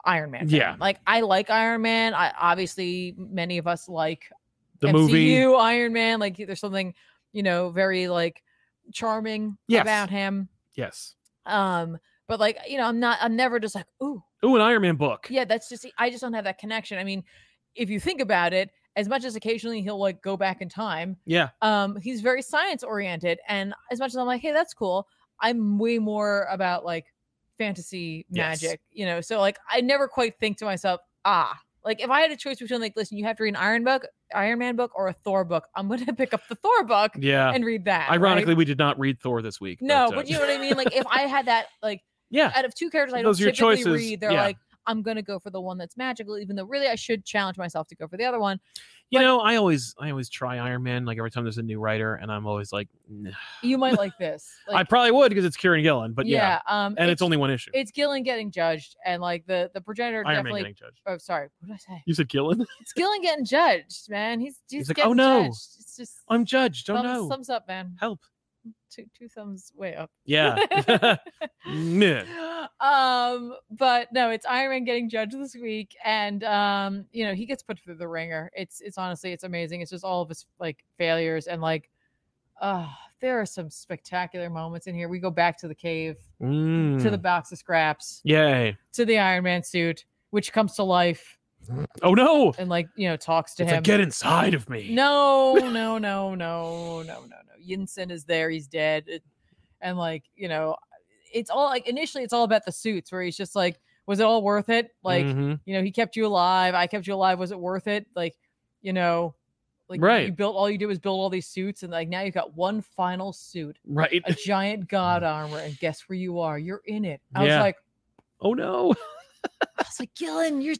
B: Iron Man. fan.
A: Yeah.
B: Like, I like Iron Man. I obviously many of us like
A: The
B: MCU,
A: movie,
B: Iron Man. Like there's something, you know, very like charming
A: Yes.
B: about him.
A: yes.
B: Um, but like, you know, I'm not I'm never just like, ooh,
A: Ooh, an Iron Man book.
B: yeah, that's just I just don't have that connection. I mean, if you think about it, as much as occasionally he'll like go back in time,
A: yeah,
B: um, he's very science oriented. And as much as I'm like, hey, that's cool, I'm way more about like fantasy
A: Yes.
B: magic, you know. So like I never quite think to myself, ah, Like if I had a choice between like, listen, you have to read an Iron book, Iron Man book, or a Thor book, I'm gonna pick up the Thor book
A: Yeah.
B: and read that. right?
A: Ironically, we did not read Thor this week.
B: no,
A: uh,
B: but you know what I mean. Like if I had that, like
A: yeah,
B: out of two characters I don't
A: Those are your
B: typically
A: choices,
B: read, they're
A: yeah.
B: like, I'm gonna go for the one that's magical, even though really I should challenge myself to go for the other one.
A: you know, I always, I always try Iron Man. Like every time there's a new writer, and I'm always like, nah.
B: You might like this. Like,
A: I probably would because it's Kieran Gillen, but yeah,
B: um,
A: and it's, only one issue.
B: it's Gillen getting judged, and like the the progenitor
A: Iron Man
B: definitely.
A: getting judged.
B: oh, sorry, what did I say?
A: You said Gillen?
B: It's Gillen getting judged, man. He's he's,
A: like,
B: getting
A: "Oh, no.
B: judged. It's just
A: I'm judged. Don't
B: thumbs,
A: know.
B: thumbs up, man.
A: Help.
B: Two two thumbs way up.
A: Yeah. Man.
B: um, but no, it's Iron Man getting judged this week, and um, you know he gets put through the ringer. It's it's honestly it's amazing. It's just all of his like failures and like, uh there are some spectacular moments in here. We go back to the cave, to the
A: Mm.
B: box of scraps,
A: Yay.
B: to the Iron Man suit, which comes to life
A: Oh no.
B: and like you know talks to
A: It's
B: him.
A: like get inside of me.
B: No, no, no, no, no, no, no. Yinsen is there. He's dead. It- and like, you know, it's all like initially it's all about the suits where he's just like, was it all worth it? Like,
A: Mhm.
B: you know, he kept you alive. I kept you alive. Was it worth it? Like, you know, like
A: Right.
B: you built all you did was build all these suits, and like now you've got one final suit,
A: right.
B: a giant god armor, and guess where you are? You're in it. I
A: Mm. Yeah.
B: was like,
A: oh no.
B: I was like, Gillen, you're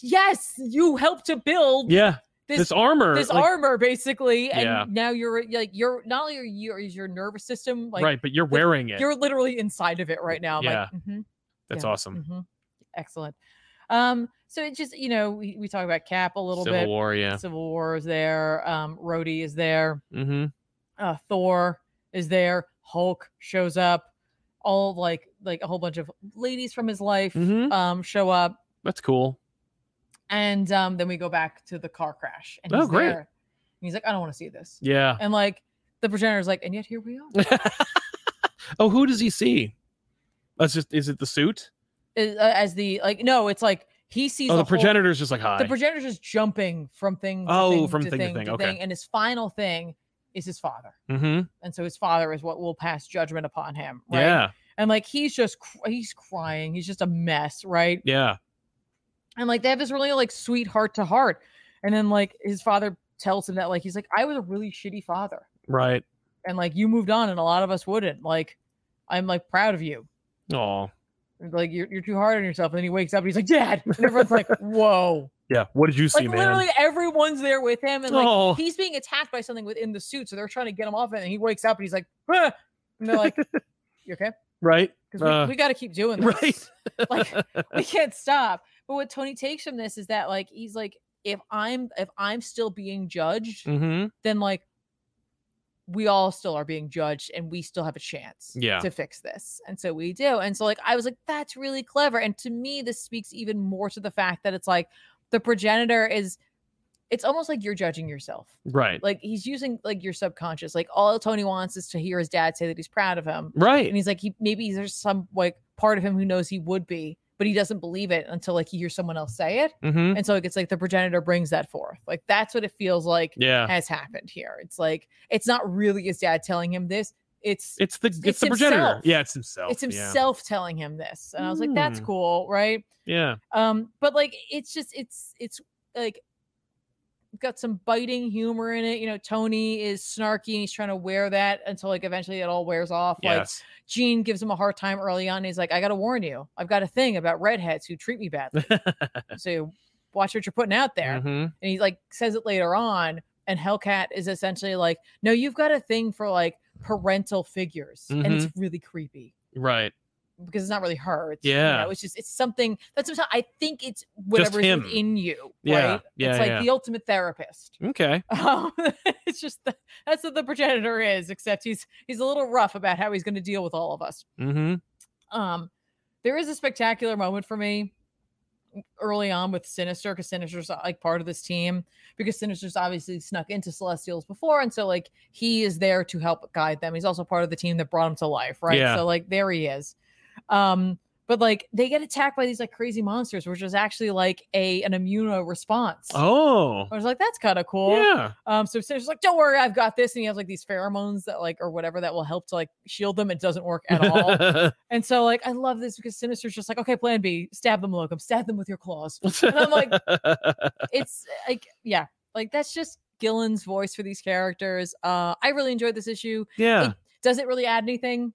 B: yes, you helped to build
A: Yeah. This,
B: this
A: armor.
B: this
A: like-
B: armor basically and
A: Yeah.
B: now you're like you're not only are you is your nervous system like
A: right, but you're wearing it.
B: you're literally inside of it right now I'm like mhm,
A: That's
B: yeah,
A: awesome.
B: mhm. excellent um so it just you know we, we talk about cap a little
A: Civil
B: bit
A: War. Yeah.
B: civil war is there um Rhodey is there
A: Mm-hmm.
B: uh thor is there hulk shows up all like like a whole bunch of ladies from his life
A: Mhm.
B: um show up
A: That's cool.
B: and um then we go back to the car crash and
A: Oh,
B: he's
A: great.
B: there. And he's like i don't want to see this
A: Yeah.
B: and like the progenitor's like, and yet here we are.
A: oh, who does he see? That's just. Is it the suit?
B: Is- uh, As the like, no, it's like he sees
A: oh,
B: the,
A: the
B: whole-
A: progenitor's just like hi.
B: The progenitor's just jumping from thing. To
A: Oh,
B: thing
A: from
B: to
A: thing to
B: thing,
A: thing, okay.
B: And his final thing is his father,
A: mm-hmm.
B: and so his father is what will pass judgment upon him. Right?
A: Yeah.
B: And like he's just cr- he's crying. He's just a mess, right?
A: Yeah.
B: And like they have this really like sweet heart to heart, and then like his father tells him that like he's like I was a really shitty father,
A: Right.
B: and like you moved on, and a lot of us wouldn't. Like I'm like proud of you.
A: Oh.
B: And, like you're, you're too hard on yourself and then he wakes up and he's like dad and everyone's like whoa
A: Yeah. What did you see,
B: like literally
A: man?
B: everyone's there with him and like
A: oh.
B: he's being attacked by something within the suit so they're trying to get him off it and he wakes up and he's like "Huh," and they're like you okay
A: Right.
B: because we,
A: Uh,
B: we got to keep doing this
A: Right.
B: like we can't stop but what tony takes from this is that like he's like if i'm if i'm still being judged
A: mm-hmm.
B: then like we all still are being judged and we still have a chance
A: Yeah.
B: to fix this. And so we do. And so like I was like that's really clever and to me this speaks even more to the fact that it's like the progenitor is it's almost like you're judging yourself.
A: Right.
B: Like he's using like your subconscious. Like all Tony wants is to hear his dad say that he's proud of him.
A: Right.
B: And he's like he maybe there's some like part of him who knows he would be, but he doesn't believe it until like he hears someone else say it.
A: Mm-hmm.
B: And so like it's like the progenitor brings that forth. Like that's what it feels like
A: Yeah.
B: has happened here. It's like it's not really his dad telling him this. It's
A: It's the it's,
B: it's
A: the progenitor.
B: himself.
A: Yeah, it's himself.
B: it's himself telling him this. And I was like, that's
A: Mm.
B: cool, right?
A: Yeah.
B: Um, but like it's just it's it's like got some biting humor in it. You know, Tony is snarky and he's trying to wear that until like eventually it all wears off.
A: yeah.
B: Like
A: Yes.
B: Gene gives him a hard time early on. And he's like, I gotta warn you, I've got a thing about redheads who treat me badly. so watch what you're putting out there
A: Mhm.
B: and he like says it later on and hellcat is essentially like no you've got a thing for like parental figures and it's
A: Mm-hmm.
B: really creepy
A: Right.
B: because it's not really her it's,
A: Yeah.
B: you know, it's just it's something that's sometimes i think it's whatever's
A: him.
B: in you
A: Yeah,
B: right
A: yeah,
B: it's like
A: yeah.
B: the ultimate therapist
A: Okay.
B: um, it's just the, that's what the progenitor is except he's he's a little rough about how he's going to deal with all of us
A: Mm-hmm.
B: um there is a spectacular moment for me early on with sinister because sinister's uh, like part of this team because sinister's obviously snuck into celestials before and so like he is there to help guide them he's also part of the team that brought him to life right
A: Yeah.
B: so like there he is um But like they get attacked by these like crazy monsters, which is actually like a an immuno response.
A: Oh,
B: I was like, that's kind of cool.
A: yeah.
B: Um, so Sinner's like, don't worry, I've got this. And he has like these pheromones that like or whatever that will help to like shield them. It doesn't work at all. and so like I love this because Sinister's just like, okay, plan B, stab them, Locum, stab them with your claws. I'm like, It's like, yeah, like that's just Gillen's voice for these characters. Uh, I really enjoyed this issue.
A: yeah.
B: it- Does it really add anything?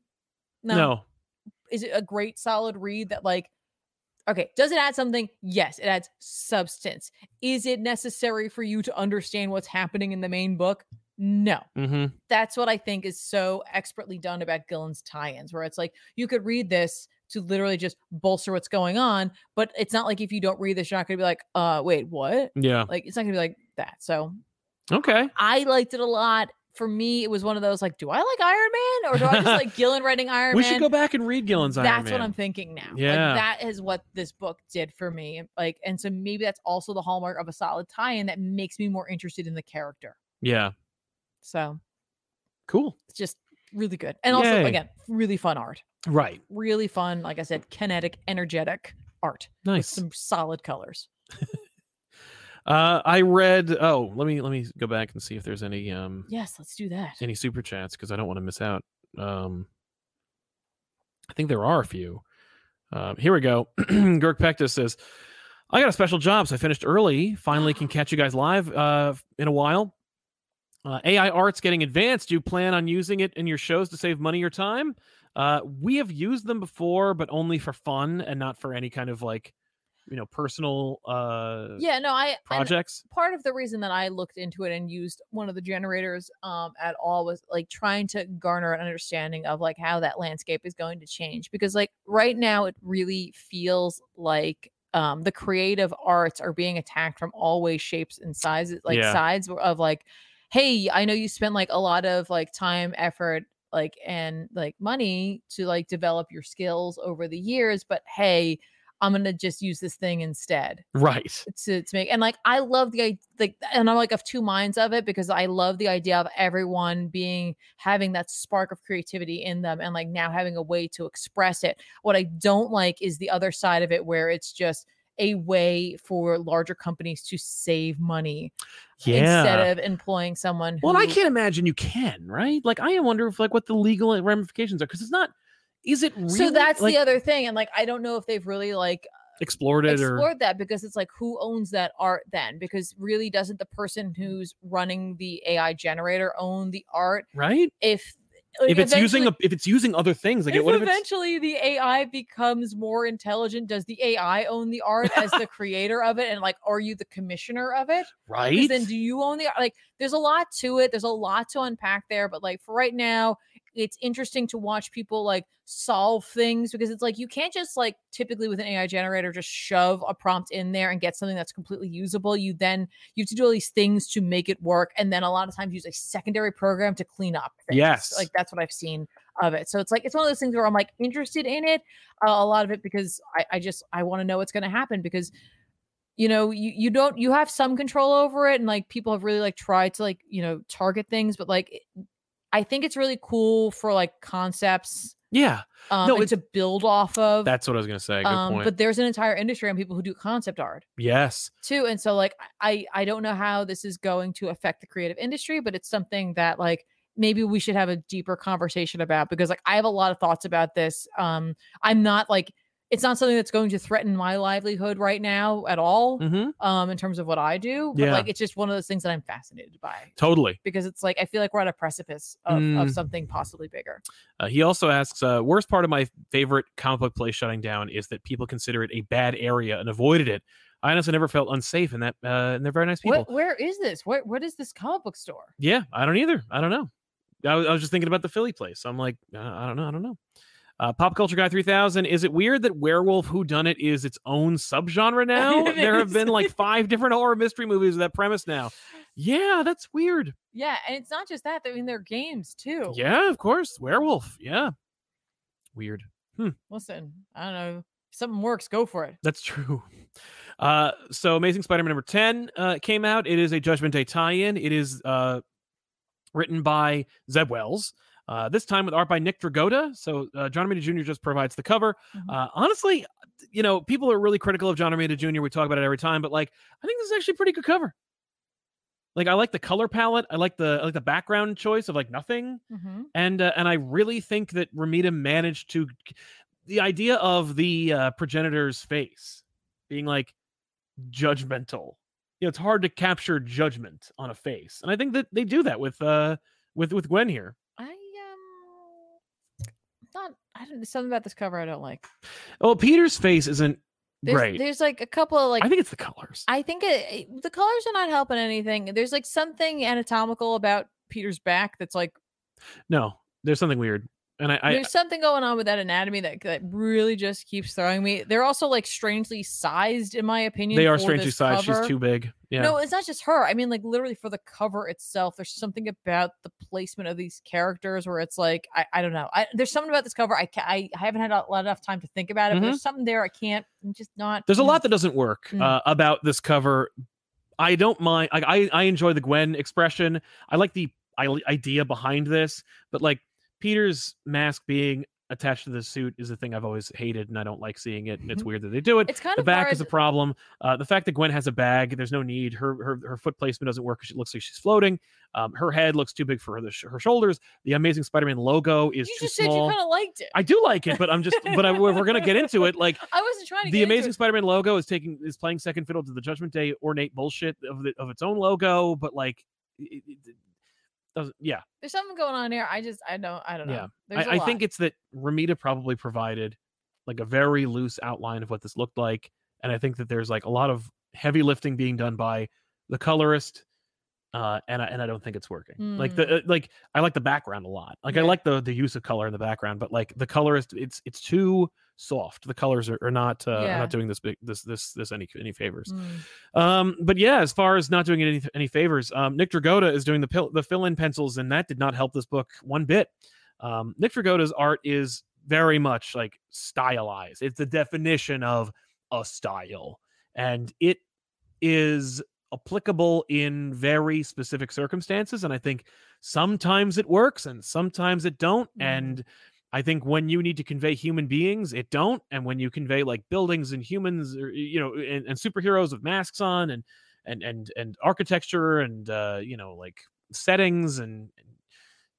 A: No.
B: Is it a great solid read that like okay, does it add something? Yes, it adds substance. Is it necessary for you to understand what's happening in the main book? No
A: Mm-hmm.
B: that's what I think is so expertly done about Gillen's tie-ins, where it's like you could read this to literally just bolster what's going on, but it's not like if you don't read this, you're not gonna be like, uh, wait, what?
A: Yeah.
B: Like it's not gonna be like that. So
A: Okay.
B: I liked it a lot. For me, it was one of those like, do I like Iron Man or do I just like Gillen writing Iron
A: we
B: Man?
A: should go back and read Gillen's
B: that's
A: Iron Man.
B: what I'm thinking now.
A: Yeah.
B: Like, that is what this book did for me. Like, and so maybe that's also the hallmark of a solid tie-in that makes me more interested in the character.
A: Yeah.
B: So
A: Cool.
B: it's just really good and also
A: Yay.
B: again really fun art
A: Right.
B: really fun like i said kinetic energetic art with
A: Nice.
B: some solid colors
A: Uh, I read. Oh, let me let me go back and see if there's any um
B: yes let's do that
A: any super chats because I don't want to miss out. Um, I think there are a few. Um, here we go. Girk Pectus says, "I got a special job, so I finished early. Finally, can catch you guys live uh, in a while." Uh, AI art's getting advanced. Do you plan on using it in your shows to save money or time? Uh, we have used them before, but only for fun and not for any kind of like, you know, personal uh,
B: yeah no i and
A: projects.
B: part of the reason that i looked into it and used one of the generators um at all was like trying to garner an understanding of like how that landscape is going to change because like right now it really feels like um, the creative arts are being attacked from all ways, shapes, and sizes, like
A: Yeah.
B: sides of like, hey, I know you spent like a lot of like time, effort, like and like money to like develop your skills over the years, but hey, I'm gonna just use this thing instead
A: Right.
B: to, to make and like I love the i- like and I'm like of two minds of it because I love the idea of everyone being having that spark of creativity in them and like now having a way to express it. What I don't like is the other side of it where it's just a way for larger companies to save money
A: Yeah.
B: instead of employing someone who
A: Well, and I can't imagine you can, right? Like, I wonder if like what the legal ramifications are because it's not. Is it really?
B: so that's
A: like,
B: the other thing and like I don't know if they've really like
A: explored it or
B: explored that because it's like who owns that art then because really doesn't the
A: Mm.
B: person who's running the AI generator own the art
A: right?
B: if uh,
A: If it's using
B: eventually-
A: a, if it's using other things, like
B: if
A: what if it's
B: eventually the AI becomes more intelligent, does the AI own the art as the creator of it? And like, are you the commissioner of it? 'Cause
A: right?
B: Then do you own the art? Like, there's a lot to it. There's a lot to unpack there. But like for right now, it's interesting to watch people like solve things because it's like you can't just like typically with an AI generator just shove a prompt in there and get something that's completely usable. You then you have to do all these things to make it work, and then a lot of times use a secondary program to clean up. things.
A: Yes.
B: like that's what I've seen of it. So it's like it's one of those things where I'm like interested in it uh, a lot of it because I, I just I want to know what's going to happen because you know you you don't you have some control over it and like people have really like tried to like you know target things but like it- I think it's really cool for like concepts
A: yeah,
B: um
A: No,
B: and
A: it-
B: to build off of
A: that's what I was gonna say. Good
B: um
A: point.
B: but there's an entire industry on people who do concept art
A: yes,
B: too and so like I I don't know how this is going to affect the creative industry but it's something that like maybe we should have a deeper conversation about because like I have a lot of thoughts about this um I'm not like it's not something that's going to threaten my livelihood right now at all
A: hmm
B: um in terms of what I do. But
A: Yeah.
B: like it's just one of those things that I'm fascinated by
A: totally.
B: because it's like I feel like we're at a precipice of, of
A: Mm.
B: something possibly bigger.
A: Uh, he also asks, uh, worst part of my favorite comic book place shutting down is that people consider it a bad area and avoided it. I honestly never felt unsafe in that, uh, and they're very nice people.
B: What where is this? What what is this comic book store?
A: Yeah, I don't either. I don't know. I was, I was just thinking about the Philly place. I'm like, uh, I don't know. I don't know. Uh, Pop Culture Guy 3000. Is it weird that Werewolf Who Done It is its own subgenre now?
B: It
A: there have been
B: is.
A: like five different horror mystery movies with that premise now. Yeah, that's weird.
B: Yeah, and it's not just that, I mean they're games too.
A: Yeah, of course. Werewolf. Yeah. Weird.
B: Listen, I don't know. If something works, go for it.
A: That's true. Uh, so Amazing Spider-Man number 10 uh, came out. It is a Judgment Day tie-in. It is uh, written by Zeb Wells. Uh, this time with art by Nick Dragotta. So uh, John Romita Jr. just provides the cover.
B: Mhm.
A: Uh, honestly, you know, people are really critical of John Romita Jr. We talk about it every time, but like, I think this is actually a pretty good cover. Like, I like the color palette. I like the I like the background choice of like nothing
B: Mhm.
A: and uh, and I really think that Ramita managed to the idea of the uh, progenitor's face being like judgmental. You know, it's hard to capture judgment on a face, and I think that they do that with uh with with Gwen here.
B: I um not I don't something about this cover I don't like.
A: Oh, Peter's face isn't
B: There's,
A: great.
B: There's like a couple of like
A: I think it's the colors.
B: I think it, it- the colors are not helping anything. There's like something anatomical about Peter's back that's like
A: no, there's something weird, and I, I
B: there's something going on with that anatomy that that really just keeps throwing me. They're also like strangely sized in my opinion.
A: they are
B: for
A: strangely
B: this
A: sized. She's
B: cover.
A: too big. Yeah.
B: No, it's not just her. I mean, like literally for the cover itself, there's something about the placement of these characters where it's like I, I don't know. I, there's something about this cover. I, ca- I I haven't had a lot enough time to think about it. But there's something there I can't. I'm just not.
A: Mm-hmm. There's a
B: mm.
A: lot that doesn't work
B: Mm.
A: uh, about this cover. I don't mind. I, I I enjoy the Gwen expression. I like the I, idea behind this, but like Peter's mask being attached to the suit is the thing I've always hated, and I don't like seeing it. And it's weird that they do it.
B: Mm-hmm. It's kind
A: The
B: of
A: back
B: hard.
A: is a problem. Uh, the fact that Gwen has a bag, there's no need. Her her, her foot placement doesn't work. 'cause She looks like she's floating. Um, her head looks too big for her, the sh- her shoulders. The Amazing Spider-Man logo is
B: you
A: too
B: just said
A: small.
B: you kind of liked it. I,
A: I do like it, but I'm just. But I, we're gonna get into it. Like
B: wasn't trying to.
A: the
B: get into
A: Amazing
B: it.
A: Spider-Man logo is taking is playing second fiddle to the Judgment Day ornate bullshit of the, of its own logo, but like, it, it- it doesn't. Yeah,
B: There's something going on here. I just I don't I don't know.
A: Yeah.
B: There's
A: I, I think it's that Ramita probably provided like a very loose outline of what this looked like, and I think that there's like a lot of heavy lifting being done by the colorist, uh, and I, and I don't think it's working. Like the uh, like I like the background a lot. Like I
B: Hmm. Yeah.
A: like the the use of color in the background, but like the colorist, it's it's too soft. The colors are, are not uh, are
B: Yeah. Hmm.
A: not doing this big this this this any any favors.
B: Mm.
A: Um, but yeah, as far as not doing it any any favors, um, Nick Dragotta is doing the pill the fill in pencils, and that did not help this book one bit. Um, Nick Dragotta's art is very much like stylized. It's the definition of a style, and it is applicable in very specific circumstances. And I think sometimes it works, and sometimes it don't.
B: Mm.
A: And I think when you need to convey human beings, it don't. And when you convey like buildings and humans, or, you know, and, and superheroes with masks on, and and and and architecture, and uh, you know, like settings, and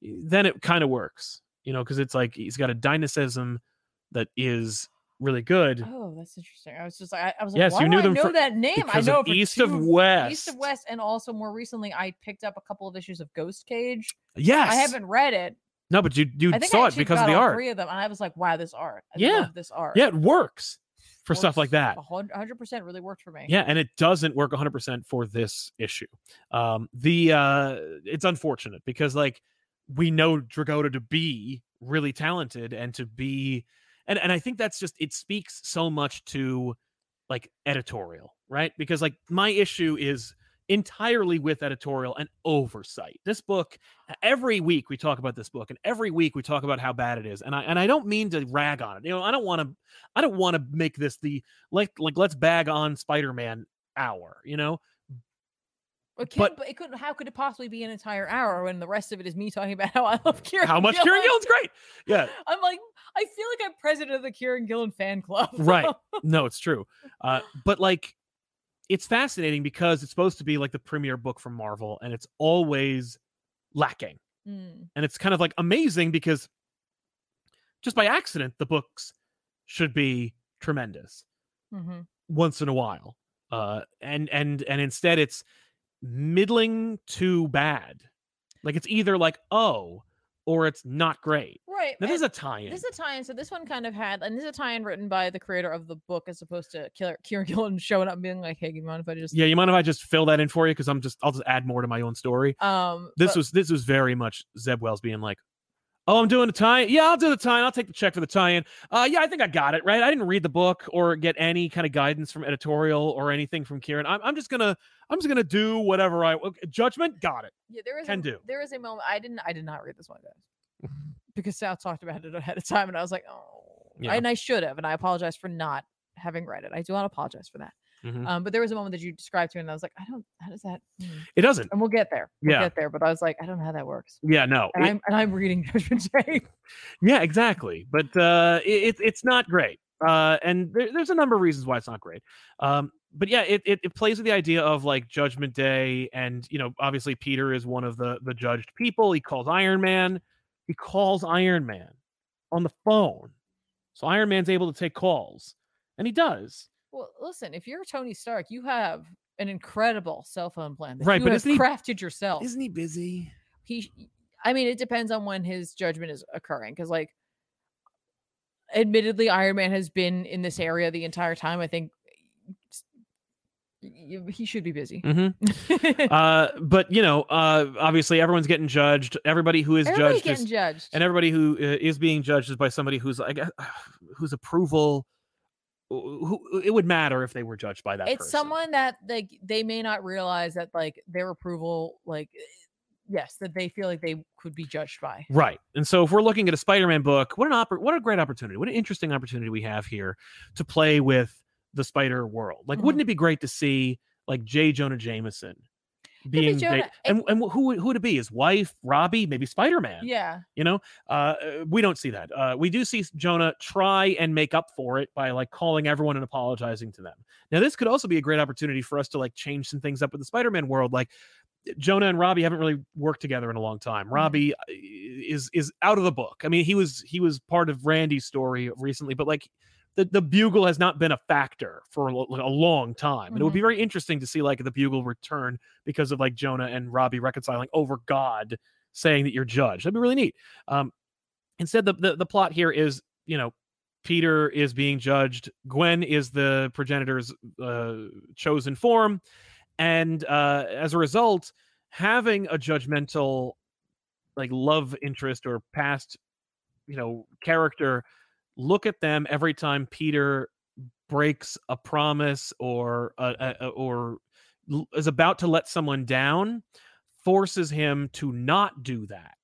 A: then it kind of works, you know, because it's like he's got a dynamism that is really good.
B: Oh, that's interesting. I was just like I, I was like,
A: Yes,
B: why
A: you
B: do
A: knew
B: I
A: them
B: know
A: for-
B: that name. I
A: Because
B: know
A: of
B: it for
A: east of
B: two-
A: west,
B: East of West, and also more recently, I picked up a couple of issues of Ghost Cage.
A: Yes,
B: I haven't read it.
A: No, but you you
B: I think
A: saw
B: I
A: it
B: actually
A: because of
B: got
A: the
B: all
A: art.
B: Three of them, and I was like, "Wow, this art! I
A: Yeah.
B: love this art."
A: Yeah, it works for stuff like that.
B: hundred percent really worked for me.
A: Yeah, and it doesn't work 100% for this issue. Um the uh it's unfortunate because like we know Dragota to be really talented and to be and and I think that's just it speaks so much to like editorial, right? Because like my issue is entirely with editorial and oversight. This book every week we talk about this book and every week we talk about how bad it is. And I and I don't mean to rag on it. You know, I don't want to I don't want to make this the like like let's bag on Spider-Man hour, you know?
B: It can,
A: but-
B: but, it couldn't. How could it possibly be an entire hour when the rest of it is me talking about how I love Kieran?
A: How much Kieran Gillen's great. Yeah.
B: I'm like, I feel like I'm president of the Kieran Gillen fan club.
A: Right. No, it's true. Uh but like it's fascinating because it's supposed to be like the premier book from Marvel and it's always lacking.
B: Mm,
A: And it's kind of like amazing because just by accident the books should be tremendous.
B: mhm.
A: once in a while uh and and and instead it's middling to bad like it's either like oh or it's not great
B: Right.
A: now,
B: and-
A: there's a tie-in
B: This is a tie-in. So this one kind of had, and this is a tie-in written by the creator of the book, as opposed to Killer, Kieran Gillen showing up and being like, "Hey, do you mind if I just?"
A: yeah you mind if i just fill that in for you because i'm just i'll just add more to my own story
B: Um,
A: this
B: but-
A: was this was very much zeb wells being like oh i'm doing a tie-in yeah i'll do the tie-in i'll take the check for the tie-in uh yeah i think i got it right i didn't read the book or get any kind of guidance from editorial or anything from kieran i'm, I'm just gonna i'm just gonna do whatever i okay, judgment got it
B: yeah, there is
A: can
B: a,
A: do.
B: There is a moment I didn't. I did not read this one, guys, because Sal talked about it ahead of time, and I was like, "Oh,"
A: Yeah.
B: and I should have, and I apologize for not having read it. I do not apologize for that.
A: Mhm.
B: Um, but there was a moment that you described to me, and I was like, I don't. How does that? hmm.
A: It doesn't.
B: And we'll get there. We'll
A: Yeah.
B: get there. But I was like, I don't know how that works.
A: Yeah, no.
B: And
A: it-
B: I'm and I'm reading Judgment Day.
A: Yeah, exactly. But uh, it, it- it's not great. Uh, and there, there's a number of reasons why it's not great. Um, but yeah, it, it, it plays with the idea of like Judgment Day. And, you know, obviously Peter is one of the, the judged people. He calls Iron Man. He calls Iron Man on the phone. So Iron Man's able to take calls. And he does.
B: Well, listen, if you're Tony Stark, you have an incredible cell phone plan. that
A: Right,
B: you
A: but
B: have
A: isn't he-
B: crafted yourself.
A: Isn't he busy?
B: he sh- i mean it depends on when his judgment is occurring because like admittedly iron man has been in this area the entire time i think s- y- y- he should be busy
A: Mm-hmm. uh, but, you know, uh, obviously everyone's getting judged. Everybody who is
B: Everybody's
A: judged is
B: getting judged
A: and everybody who uh, is being judged is by somebody who's I guess whose approval who who- it would matter if they were judged by that
B: it's
A: person.
B: someone that like they may not realize that like their approval like eh, yes that they feel like they could be judged by
A: right and so if we're looking at a spider-man book what an oppor- what a great opportunity what an interesting opportunity we have here to play with the spider world like
B: Mm-hmm.
A: wouldn't it be great to see like j jonah jameson
B: be
A: being J-
B: Jonah-
A: and, and who would who would it be his wife robbie maybe spider-man
B: yeah
A: you know uh uh, we don't see that uh we do see s- jonah try and make up for it by like calling everyone and apologizing to them now this could also be a great opportunity for us to like change some things up with the spider-man world like eh, jonah and robbie haven't really worked together in a long time robbie uh, is is out of the book i mean he was he was part of randy's story recently but like the, the bugle has not been a factor for a, lo- a long time and it would be
B: Mhm.
A: very interesting to see like the bugle return because of like jonah and robbie reconciling over god saying that you're judged that'd be really neat um, instead, the, the the plot here is you know Peter is being judged. Gwen is the progenitor's uh, chosen form, and uh, as a result, having a judgmental like love interest or past you know character look at them every time Peter breaks a promise or a, a, a- or l- is about to let someone down forces him to not do that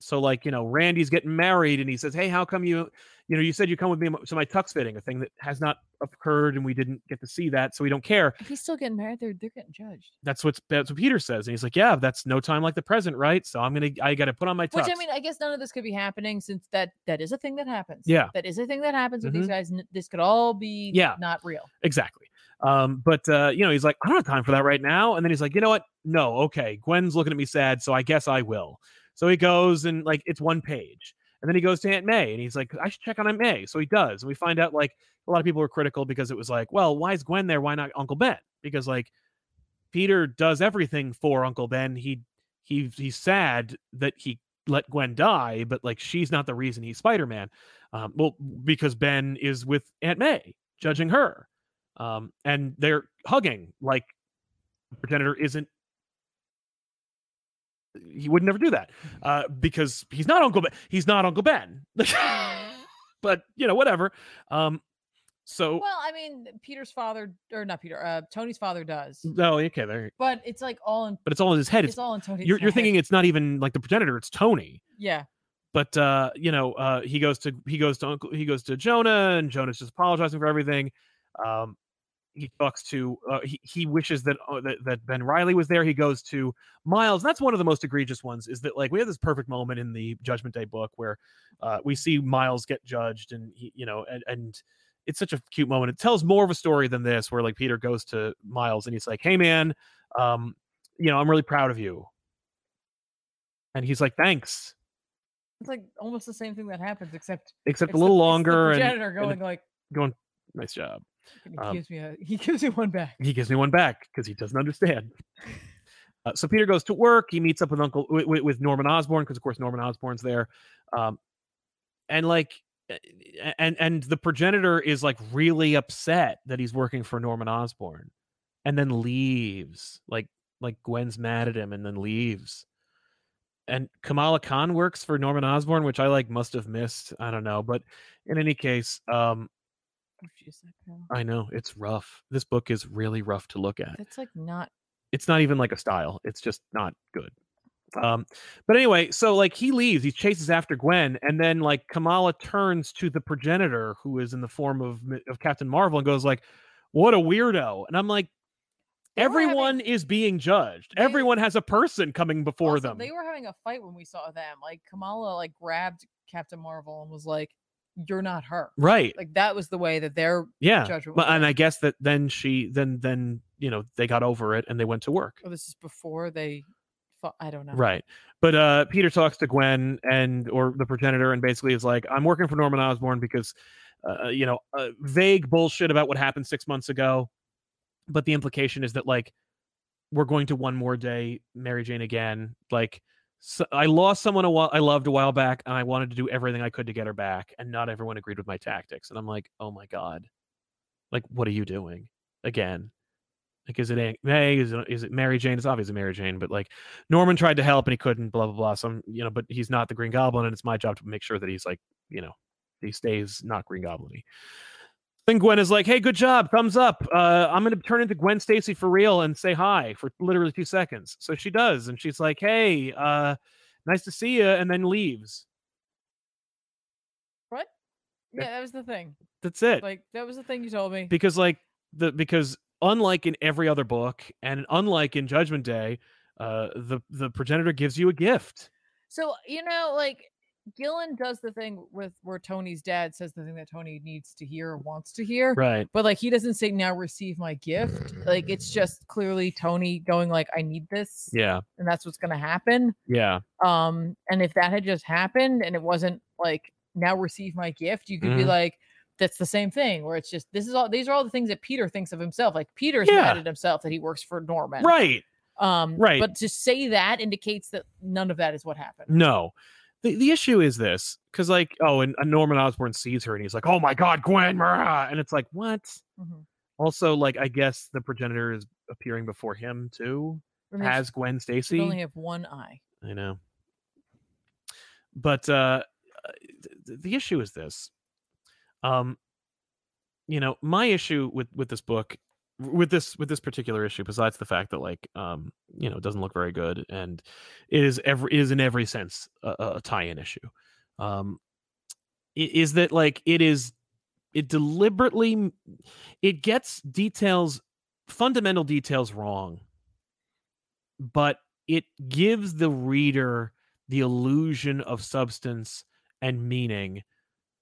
A: so like you know randy's getting married and he says hey how come you you know you said you come with me to my tux fitting a thing that has not occurred and we didn't get to see that so we don't care
B: he's still getting married they're, they're getting judged
A: that's what's that's what peter says and he's like yeah that's no time like the present right so i'm gonna i gotta put on my tux
B: Which I mean, I guess none of this could be happening since that that is a thing that happens.
A: Yeah. Mm-hmm.
B: that is a thing that happens with these guys. N- This could all be
A: Yeah.
B: not real.
A: exactly um but uh you know he's like i don't have time for that right now and then he's like you know what no okay gwen's looking at me sad so i guess i will so he goes and like it's one page and then he goes to aunt may and he's like i should check on aunt may so he does and we find out like a lot of people were critical because it was like well why is gwen there why not uncle ben because like peter does everything for uncle ben he he he's sad that he let gwen die but like she's not the reason he's spider-man um, well because ben is with aunt may judging her um, and they're hugging like the progenitor isn't he would never do that uh, because he's not uncle ben he's not uncle ben Oh. but you know whatever um so
B: Well, I mean, Peter's father or not Peter, uh, Tony's father does,
A: no okay there
B: but it's like all in.
A: but it's all in his head
B: It's,
A: it's,
B: all in Tony's.
A: you're, you're
B: head.
A: thinking it's not even like the progenitor it's tony
B: yeah,
A: but uh you know uh he goes to he goes to uncle he goes to jonah and jonah's just apologizing for everything um he talks to uh, he, he wishes that, uh, that that ben riley was there he goes to miles that's one of the most egregious ones is that like we have this perfect moment in the judgment day book where uh we see miles get judged and he you know and and it's such a cute moment it tells more of a story than this where like peter goes to miles and he's like hey man um you know i'm really proud of you and he's like thanks
B: it's like almost the same thing that happens, except
A: except
B: it's
A: a
B: the-
A: little
B: it's the
A: longer and
B: progenitor
A: the-
B: going like,
A: nice job
B: he
A: um,
B: gives me a, he gives me one back.
A: he gives me one back because he doesn't understand uh, so peter goes to work he meets up with uncle with, with norman osborn because of course norman osborn's there um, and like a- a- and and the progenitor is like really upset that he's working for norman osborn and then leaves like like gwen's mad at him and then leaves and kamala khan works for norman osborn which i like must have missed i don't know but in any case um
B: Oh, she's like, "Oh,
A: I know it's rough. This book is really rough to look at.
B: That's like not.
A: It's not even like a style. It's just not good. Um, but anyway, so like he leaves, he chases after Gwen, and then like Kamala turns to the progenitor, who is in the form of Mi- of Captain Marvel, and goes like, what a weirdo. And I'm like,
B: They were having-
A: everyone is being judged.
B: They-
A: everyone has a person coming before
B: Also,
A: them.
B: They were having a fight when we saw them. Like Kamala like grabbed Captain Marvel and was like, "You're not her."
A: right.
B: Like that was the way that their
A: yeah.
B: judgment.
A: But
B: was
A: and
B: made.
A: I guess that then she then then you know they got over it and they went to work.
B: Oh, this is before they. Fu- I don't know.
A: Right. But uh Peter talks to Gwen and or the progenitor and basically is like, I'm working for Norman Osborn because uh, you know, uh, vague bullshit about what happened six months ago. But the implication is that like we're going to one more day, Mary Jane again. Like so I lost someone a while I loved a while back, and I wanted to do everything I could to get her back, and not everyone agreed with my tactics. And I'm like, oh my god, like what are you doing again? Like is it Aunt May? Is it is it Mary Jane? It's obviously Mary Jane, but like Norman tried to help and he couldn't. Blah blah blah. Some you know, but he's not the Green Goblin, and it's my job to make sure that he's like you know he stays not Green Goblin-y. Then Gwen is like, "Hey, good job, thumbs up. Uh, I'm gonna turn into Gwen Stacy for real and say hi for literally two seconds." So she does, and she's like, "Hey, uh, nice to see you," and then leaves.
B: Yeah,
A: eh
B: that was the thing.
A: That's it.
B: Like that was the thing you told me.
A: because like the because unlike in every other book and unlike in Judgment Day, uh, the the progenitor gives you a gift.
B: So you know, like Gillen does the thing with where Tony's dad says the thing that Tony needs to hear or wants to hear,
A: Right.
B: but like he doesn't say now receive my gift. Like it's just clearly Tony going like I need this,
A: Yeah.
B: and that's what's gonna happen.
A: Yeah.
B: Um, and if that had just happened and it wasn't like now receive my gift, you could be
A: Mhm.
B: like. That's the same thing where it's just this is all these are all the things that Peter thinks of himself. Like Peter's mad
A: Yeah.
B: at himself that he works for Norman.
A: Right.
B: Um,
A: Right.
B: But to say that indicates that none of that is what happened.
A: No. The, the issue is this because like oh and, and Norman Osborn sees her and he's like oh my god Gwen rah!" and it's like what
B: Mhm.
A: also like I guess the progenitor is appearing before him too
B: Remember,
A: as Gwen
B: she
A: Stacy
B: could only have one eye.
A: I know. But uh, uh, th- th- the issue is this. Um, you know, my issue with with this book, w- with this with this particular issue, besides the fact that like, um, you know, it doesn't look very good, and it is every it is in every sense a, a a tie-in issue. Um, i- is that like it is it deliberately m- it gets details fundamental details wrong but it gives the reader the illusion of substance and meaning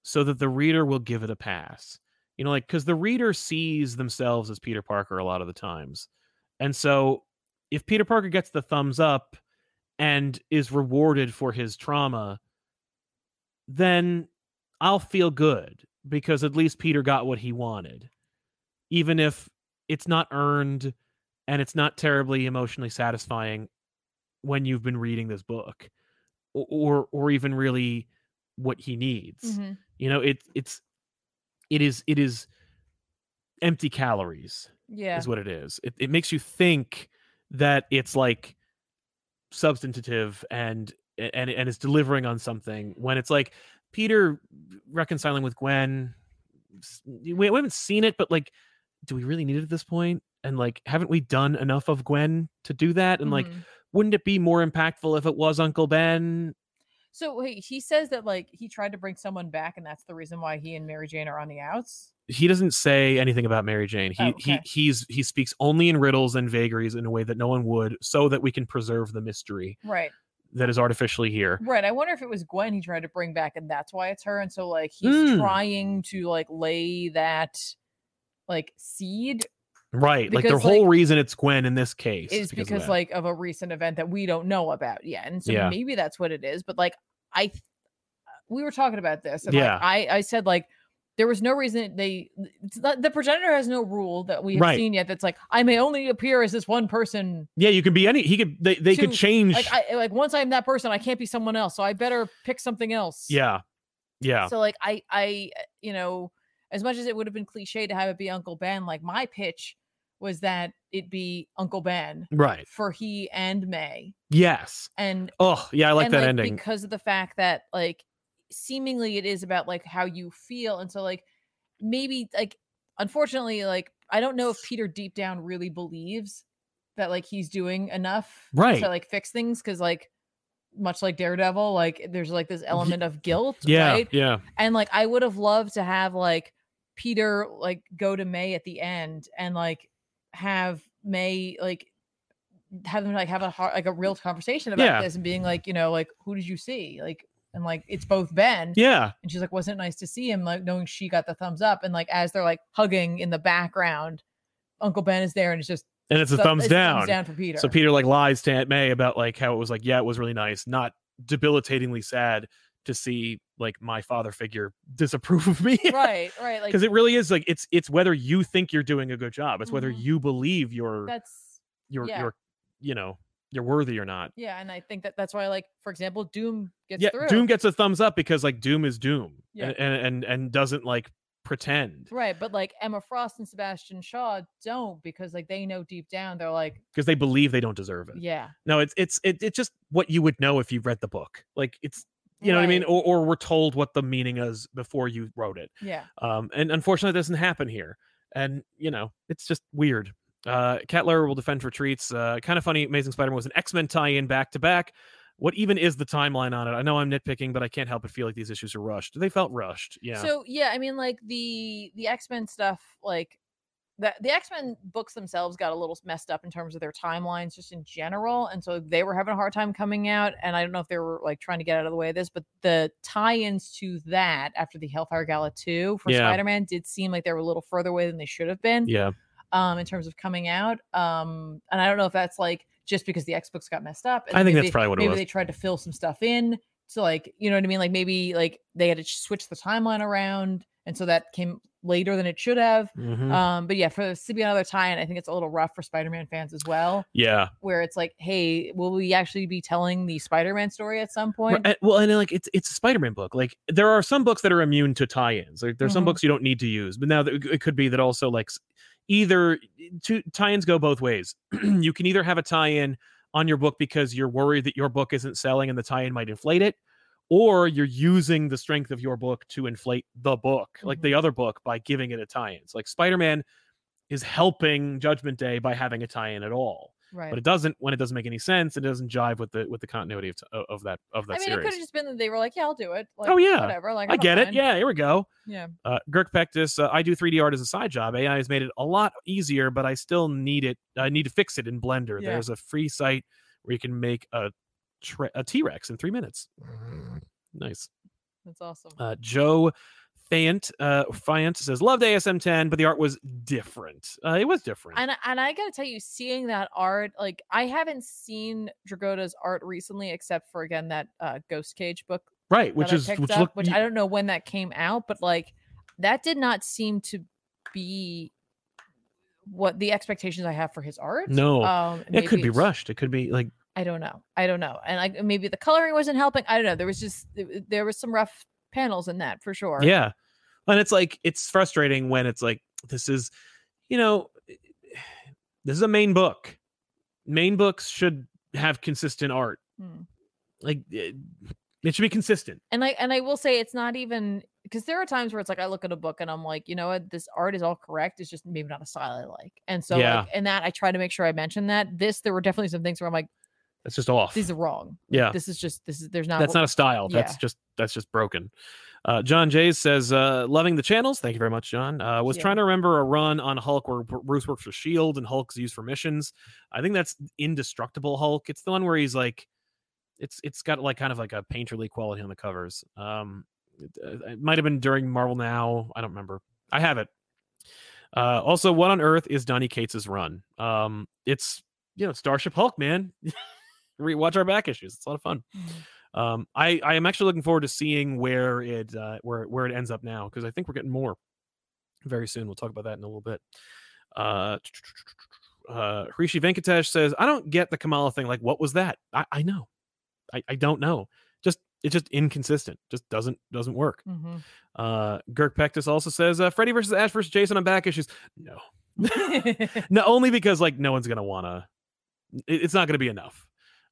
A: so that the reader will give it a pass. You know, like, because the reader sees themselves as Peter Parker a lot of the times. And so if Peter Parker gets the thumbs up and is rewarded for his trauma, then I'll feel good because at least Peter got what he wanted, even if it's not earned and it's not terribly emotionally satisfying when you've been reading this book o- or or even really what he needs
B: Mhm.
A: you know it it's it is it is empty calories
B: Yeah.
A: is what it is it, it makes you think that it's like substantive and and and it's delivering on something when it's like peter reconciling with gwen s- we, we haven't seen it but like do we really need it at this point and like haven't we done enough of gwen to do that and like
B: Mhm.
A: wouldn't it be more impactful if it was uncle ben
B: so wait, he says that like he tried to bring someone back, and that's the reason why he and Mary Jane are on the outs.
A: he doesn't say anything about Mary Jane. He
B: Oh, okay.
A: he he's he speaks only in riddles and vagaries in a way that no one would, so that we can preserve the mystery
B: Right.
A: that is artificially here.
B: Right. I wonder if it was Gwen he tried to bring back, and that's why it's her. And so like he's
A: Mm.
B: trying to like lay that like seed
A: Right. like the
B: Because,
A: whole
B: like,
A: reason it's Gwen in this case
B: is
A: of
B: because,
A: that.
B: like of a recent event that we don't know about yet. And so
A: Yeah.
B: maybe that's what it is. But like I th- we were talking about this and
A: Yeah.
B: like I I said like there was no reason they it's not, the progenitor has no rule that we have
A: Right.
B: seen yet that's like I may only appear as this one person.
A: yeah, you could be any. He could they they could
B: to-
A: change.
B: Like I like once I'm that person, I can't be someone else. So I better pick something else.
A: yeah, yeah,
B: So like I I uh, you know as much as it would have been cliche to have it be Uncle Ben, like my pitch was that it be Uncle Ben
A: right.
B: for he and May.
A: Yes.
B: And
A: Oh yeah, I like
B: and,
A: that ending.
B: because of the fact that like seemingly it is about like how you feel and so like maybe like unfortunately like i don't know if peter deep down really believes that like he's doing enough
A: Right.
B: to like fix things because like much like daredevil like there's like this element of guilt
A: yeah,
B: right
A: yeah,
B: and like i would have loved to have like Peter like go to May at the end and like have May like have them like have a hard, like a real conversation about
A: Yeah.
B: this and being like, you know, like who did you see? Like and like it's both Ben.
A: Yeah.
B: And she's like, wasn't it nice to see him, like knowing she got the thumbs up. And like as they're like hugging in the background, Uncle Ben is there and it's just
A: And it's a
B: thu-
A: thumbs,
B: it's
A: down.
B: thumbs down for Peter.
A: So Peter like lies to Aunt May about like how it was like, yeah, it was really nice, not debilitatingly sad to see like my father figure disapprove of me.
B: right, right. Like
A: Because it really is like it's it's whether you think you're doing a good job. It's whether
B: Mhm.
A: you believe you're
B: that's
A: you're
B: yeah.
A: you're you know you're worthy or not.
B: yeah, and I think that that's why like for example, Doom gets
A: yeah,
B: through.
A: Doom gets a thumbs up because like Doom is Doom
B: Yeah.
A: and, and and and doesn't like pretend
B: Right, but like Emma Frost and Sebastian Shaw don't because like they know deep down they're like,
A: because they believe they don't deserve it.
B: yeah,
A: No, it's it's it, it's just what you would know if you read the book. Like it's you know what I mean,
B: Right.
A: or or we're told what the meaning is before you wrote it.
B: yeah,
A: Um, and unfortunately, it doesn't happen here. And you know, it's just weird. Uh, Cat Lara will defend retreats. Uh, kind of funny. Amazing Spider-Man was an X-Men tie-in back to back. What even is the timeline on it? I know I'm nitpicking, but I can't help but feel like these issues are rushed. They felt rushed. Yeah.
B: So yeah, I mean like the the X Men stuff, like the the X Men books themselves got a little messed up in terms of their timelines, just in general, and so they were having a hard time coming out. And I don't know if they were like trying to get out of the way of this, but the tie-ins to that after the Hellfire Gala two for
A: Yeah.
B: Spider Man did seem like they were a little further away than they should have been.
A: yeah.
B: um, in terms of coming out. Um, and I don't know if that's like just because the X books got messed up. and
A: I think that's
B: maybe-
A: probably what it
B: maybe
A: was.
B: they tried to fill some stuff in. So like, you know what I mean? Like maybe like they had to ch- switch the timeline around, and so that came later than it should have.
A: Mhm.
B: Um, but yeah, for this to be another tie-in, I think it's a little rough for Spider-Man fans as well,
A: yeah.
B: where it's like, hey, will we actually be telling the Spider-Man story at some
A: Right,
B: point?
A: and- well, and like it's it's a Spider-Man book. Like there are some books that are immune to tie-ins. Like there's some
B: Mhm.
A: books you don't need to use. But now that- it could be that also like s- either two tie-ins go both ways. you can either have a tie-in on your book because you're worried that your book isn't selling and the tie-in might inflate it, or you're using the strength of your book to inflate the book, like
B: Mhm.
A: the other book, by giving it a tie-in. It's like Spider-Man is helping Judgment Day by having a tie-in at all.
B: Right.
A: But it doesn't when it doesn't make any sense. It doesn't jive with the with the continuity of, t- of- of that of that
B: I mean, it
A: series.
B: could have just been that they were like, yeah, I'll do it. Like,
A: Oh, yeah.
B: whatever. Like
A: I
B: don't
A: get it.
B: mind.
A: Yeah, here we go.
B: yeah.
A: Uh, Girk Pectus, uh, I do 3D art as a side job. AI has made it a lot easier, but I still need it. I need to fix it in Blender.
B: Yeah.
A: There's a free site where you can make a tre- a T Rex in three minutes. Nice.
B: That's awesome.
A: Uh, Joe Fant uh, Fiant says, "Loved ASM 10, but the art was different. Uh, it was different.
B: And I- and I gotta tell you, seeing that art, like I haven't seen Dragota's art recently, except for again that uh, Ghost Cage book
A: right? Which
B: that
A: is
B: I picked
A: which
B: up,
A: look
B: which
A: y-
B: I don't know when that came out, but like that did not seem to be what the expectations I have for his art.
A: No.
B: um,
A: it could
B: maybe
A: be
B: it's-
A: rushed. It could be like
B: I don't know. I don't know, and like maybe the coloring wasn't helping. I don't know. There was just th- there was some rough panels in that for sure.
A: Yeah. And it's like it's frustrating when it's like this is you know this is a main book. Main books should have consistent art.
B: Hmm.
A: Like it, it should be consistent.
B: and I and I will say it's not even because there are times where it's like I look at a book and I'm like, you know what, this art is all correct. It's just maybe not a style I like. And so
A: Yeah.
B: like and that I try to make sure I mention that. This there were definitely some things where I'm like,
A: That's just off.
B: these are wrong.
A: yeah.
B: This is just this is there's not
A: Uh. That's
B: what-
A: not a style. That's
B: yeah.
A: just that's just broken. Uh, John Jays says, uh, "Loving the channels. Thank you very much, John. Uh, was
B: Yeah.
A: trying to remember a run on Hulk where Br- Bruce works for Shield E and Hulk's used for missions. I think that's indestructible Hulk. It's the one where he's like, it's it's got like kind of like a painterly quality on the covers. Um, it, uh, it might have been during Marvel Now. I don't remember. I have it. Uh, also, what on earth is Donny Cates' run? Um, it's you know Starship Hulk, man. Rewatch our back issues. It's a lot of fun.
B: Mhm.
A: Um, I I am actually looking forward to seeing where it uh, where where it ends up now because I think we're getting more very soon. We'll talk about that in a little bit. Uh, uh, Hrishi Venkatesh says, "I don't get the Kamala thing. Like, what was that? I, I know, I, I don't know. Just it's just inconsistent. Just doesn't doesn't work."
B: Mhm.
A: Uh, Girk Pectus also says, uh, "Freddy versus Ash versus Jason on back issues. No,
B: Mm-hmm.
A: no, only because like no one's gonna wanna. it- it's not gonna be enough.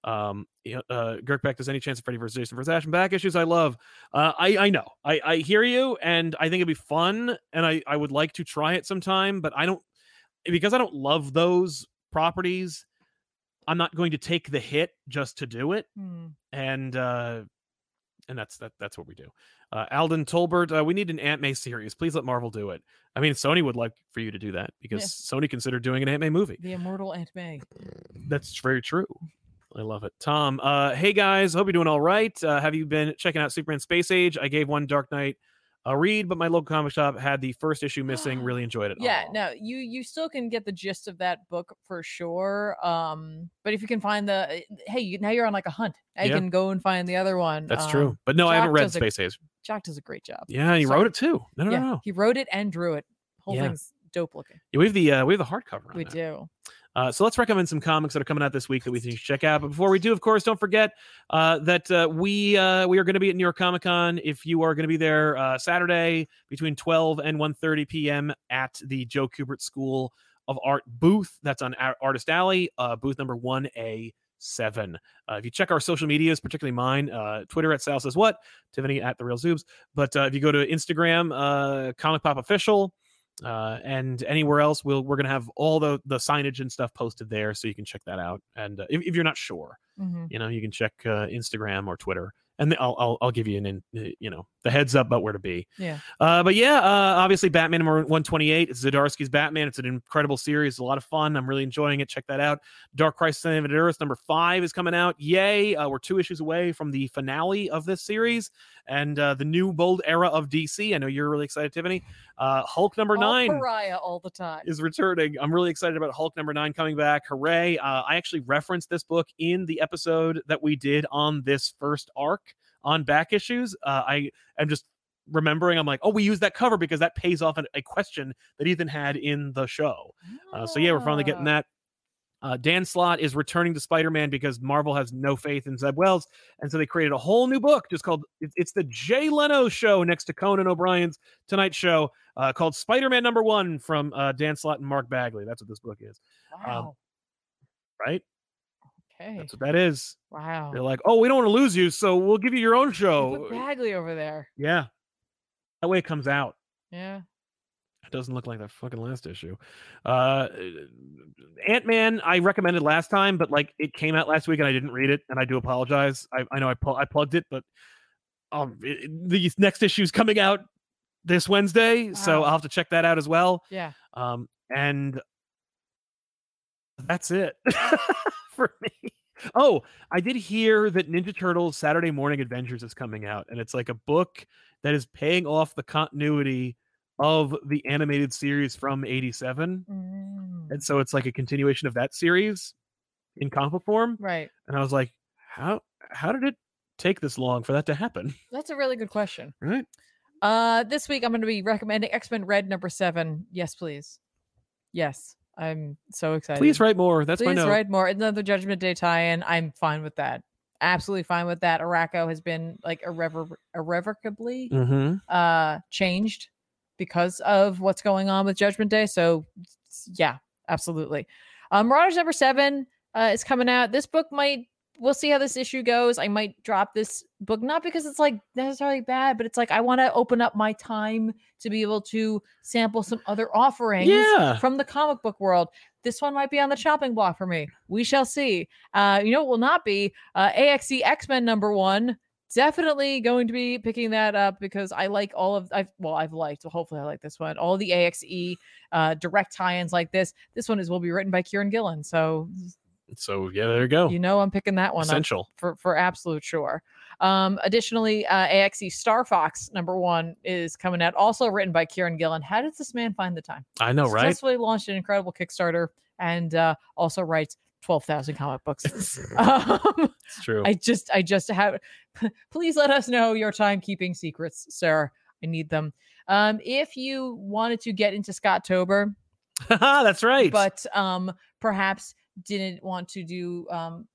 A: Um, you know, uh, Girk Beck, does any chance of Freddy versus Jason versus Ash and back issues? I love. Uh, I I know. I I hear you, and I think it'd be fun, and I I would like to try it sometime, but I don't because I don't love those properties. Hmm. I'm not going to take the hit just to do it,
B: Mm.
A: and uh and that's that. That's what we do. Uh, Alden Tolbert, uh, we need an Aunt May series. Please let Marvel do it. I mean, Sony would like for you to do that because
B: Yeah.
A: Sony considered doing an Aunt May movie.
B: The immortal Aunt May.
A: That's very true. I love it. Tom, uh, hey guys, hope you're doing all right. Uh, have you been checking out Superman Space Age? I gave one Dark Knight a read, but my local comic shop had the first issue missing. Really enjoyed it.
B: yeah
A: Aw.
B: no you you still can get the gist of that book for sure um but if you can find the eh, hey you, now you're on like a hunt i
A: Yeah.
B: can go and find the other one
A: That's
B: Um,
A: true. But no, I haven't
B: Jock
A: read
B: does a-
A: Space Age.
B: jack does a great job
A: Yeah, and he
B: so-
A: wrote it too. No, no,
B: yeah
A: no, no.
B: he wrote it and drew it whole
A: Yeah.
B: thing's dope looking
A: Yeah, we have the uh, we have the hardcover. On
B: we
A: that.
B: do
A: Uh, so let's recommend some comics that are coming out this week that we think you should check out. But before we do, of course, don't forget uh, that uh, we uh, we are going to be at New York Comic Con. If you are going to be there uh, Saturday between 12 and 1:30 p.m. at the Joe Kubert School of Art booth, that's on Ar- Artist Alley, uh, booth number one A seven. Uh, if you check our social medias, particularly mine, uh, Twitter at Sal says what, Tiffany at the Real Zoobs. But uh, if you go to Instagram, uh, Comic Pop Official, uh, and anywhere else we'll we're gonna have all the the signage and stuff posted there so you can check that out and uh, if, if you're not sure
B: Mhm.
A: you know you can check uh, instagram or twitter and the- I'll, I'll i'll give you an in, uh, you know the heads up about where to be
B: Yeah.
A: uh but yeah uh obviously batman number 128 it's zadarsky's batman it's an incredible series a lot of fun i'm really enjoying it check that out dark crisis on infinite earth number five is coming out yay uh, we're two issues away from the finale of this series and uh the new bold era of dc i know you're really excited tiffany uh hulk number
B: All
A: nine
B: pariah all the time
A: uh, is returning. I'm really excited about Hulk number nine coming back. Hooray. Uh, I actually referenced this book in the episode that we did on this first arc on back issues. Uh, I am just remembering, I'm like, oh, we used that cover because that pays off an, a question that Ethan had in the show. Uh, so yeah, we're finally getting
B: Ah.
A: that. Uh, Dan Slott is returning to Spider-Man because Marvel has no faith in Zeb Wells, and so they created a whole new book just called it- "It's the Jay Leno Show" next to Conan O'Brien's Tonight Show, uh, called "Spider-Man Number One" from uh, Dan Slott and Mark Bagley. That's what this book is,
B: wow
A: um, right?
B: okay
A: That's what that is.
B: wow
A: They're like, "Oh, we don't want to lose you, so we'll give you your own
B: You put
A: show."
B: bagley over there
A: Yeah, that way it comes out.
B: yeah
A: It doesn't look like that fucking last issue. Uh, Ant Man, I recommended last time, but like it came out last week and I didn't read it, and I do apologize. I, I know I pl- I plugged it, but um, it, it- the next issue's coming out this Wednesday, so
B: Wow.
A: I'll have to check that out as well.
B: yeah
A: Um, and that's it for me. Oh, I did hear that Ninja Turtles Saturday Morning Adventures is coming out, and it's like a book that is paying off the continuity of the animated series from 87.
B: Mm.
A: And so it's like a continuation of that series in comic form.
B: right
A: And I was like, how how did it take this long for that to happen?
B: that's a really good question
A: Right?
B: Uh, this week I'm going to be recommending X Men Red number seven. Yes, please. Yes, I'm so excited.
A: Please write more. That's my
B: Please
A: note.
B: write more. Another Judgment Day tie-in. I'm fine with that. Absolutely fine with that. Araco has been like irrever- irrevocably
A: Mhm.
B: uh changed because of what's going on with Judgment Day. So s- yeah, absolutely. Um Marauders number seven uh is coming out. This book might we'll see how this issue goes. I might drop this book, not because it's like necessarily bad, but it's like I want to open up my time to be able to sample some other offerings
A: Yeah.
B: from the comic book world. This one might be on the chopping block for me. We shall see. Uh, you know, it will not be uh, AXE X Men number one. Definitely going to be picking that up because I like all of I've well I've liked hopefully I like this one all the AXE uh, direct tie-ins like this. This one is will be written by Kieran Gillen, so
A: So yeah, there you go.
B: you know I'm picking that one up
A: Oh. Essential.
B: for for absolute sure. Um, additionally, uh, AXE Star Fox number one is coming out, also written by Kieran Gillen. How does this man find the time?
A: I know, Oh, right?
B: Successfully launched an incredible Kickstarter and uh, also writes 12,000 comic books. um,
A: It's true.
B: I just, I just have, please let us know your timekeeping secrets, sir. I need them. Um, if you wanted to get into Scott Tober,
A: That's right.
B: but um, perhaps didn't want to do um,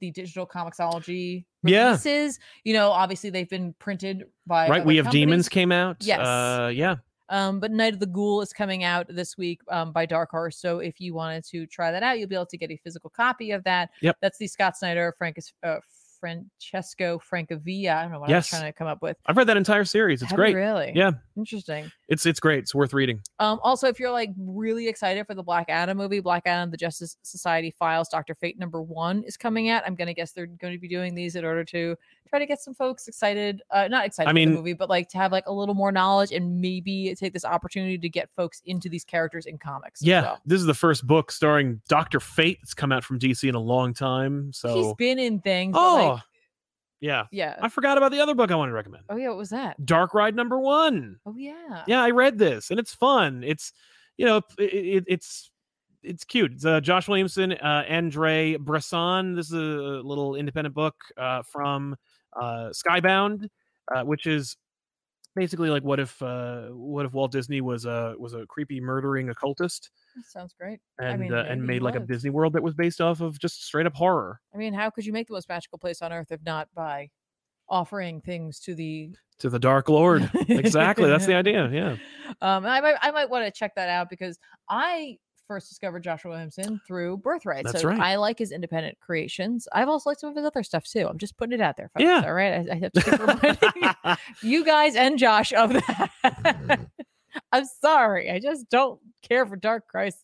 B: the digital comicsology
A: Yeah.
B: releases, you know, obviously they've been printed by
A: right,
B: other
A: we have
B: companies.
A: demons came out.
B: Yes.
A: Uh, yeah.
B: Um, but Night of the Ghoul is coming out this week um, by Dark Horse. So if you wanted to try that out, you'll be able to get a physical copy of that.
A: Yep.
B: That's the Scott Snyder, Frank, uh, Francesco Francavilla. I don't know what
A: Yes.
B: I was trying to come up with.
A: I've read that entire series. It's
B: Have you
A: great.
B: Really?
A: Yeah.
B: Interesting.
A: It's it's great. It's worth reading.
B: Um, also, if you're like really excited for the Black Adam movie, Black Adam: The Justice Society Files, Doctor Fate number one is coming out. I'm gonna guess they're going to be doing these in order to try to get some folks excited, uh, not excited
A: I
B: for
A: mean-
B: the movie, but like to have like a little more knowledge and maybe take this opportunity to get folks into these characters in comics. as
A: Yeah,
B: well.
A: this is the first book starring Doctor Fate that's come out from DC in a long time.
B: he's
A: So
B: been in things. but,
A: oh,
B: like,
A: yeah,
B: yeah.
A: I forgot about the other book I wanted to recommend.
B: oh yeah, what was that?
A: Dark Ride number one.
B: Oh yeah.
A: Yeah, I read this and it's fun. It's you know it, it, it's it's cute. It's uh, Josh Williamson, uh, Andre Bresson. This is a little independent book uh, from uh, Skybound, uh, which is basically like what if uh, what if Walt Disney was a was a creepy murdering occultist.
B: That sounds great.
A: and
B: mean,
A: uh, and
B: maybe he
A: made like a
B: was.
A: Disney World that was based off of just straight up horror
B: I mean, how could you make the most magical place on earth if not by offering things to the
A: to the Dark Lord. exactly, that's the idea. Yeah,
B: Um, and I might I might want to check that out because I first discovered Joshua Williamson through Birthright.
A: That's
B: so
A: right.
B: I like his independent creations. I've also liked some of his other stuff too. I'm just putting it out there. Folks,
A: Yeah.
B: All right. I, I have to keep reminding you guys and Josh of that. I'm sorry. I just don't care for Dark Crisis.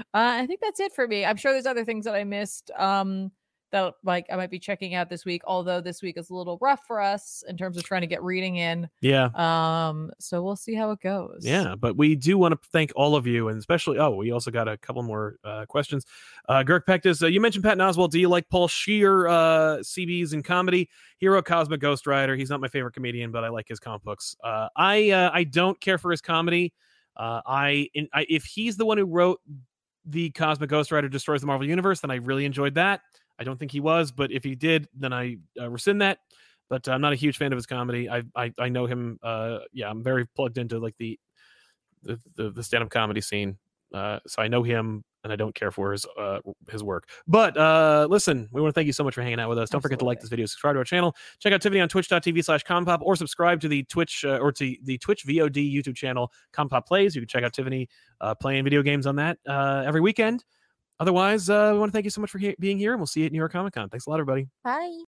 B: Uh, I think that's it for me. I'm sure there's other things that I missed. Um, that like I might be checking out this week, although this week is a little rough for us in terms of trying to get reading in.
A: yeah,
B: Um, so we'll see how it goes.
A: yeah. But we do want to thank all of you, and especially oh, we also got a couple more uh, questions. Uh, Girk Pectus, uh, you mentioned Patton Oswald. Do you like Paul Shear? Uh, CBs in comedy, hero, cosmic Ghost Rider. He's not my favorite comedian, but I like his comic books. Uh, I uh, I don't care for his comedy. Uh, I, in, I if he's the one who wrote the Cosmic Ghost Rider destroys the Marvel Universe, then I really enjoyed that. I don't think he was, but if he did, then I uh, rescind that. But I'm not a huge fan of his comedy. I I, I know him. Uh, yeah, I'm very plugged into like the the the, the stand up comedy scene, uh, so I know him. And I don't care for his uh, his work, but uh, listen, we want to thank you so much for hanging out with us. Don't forget to like
B: Absolutely.
A: this video, subscribe to our channel, check out Tiffany on twitch.tv slash compop, or subscribe to the Twitch uh, or to the Twitch VOD YouTube channel Compop Plays. You can check out Tiffany uh, playing video games on that uh, every weekend. Otherwise, uh, we want to thank you so much for he- being here, and we'll see you at New York Comic Con. Thanks a lot, everybody.
B: Bye.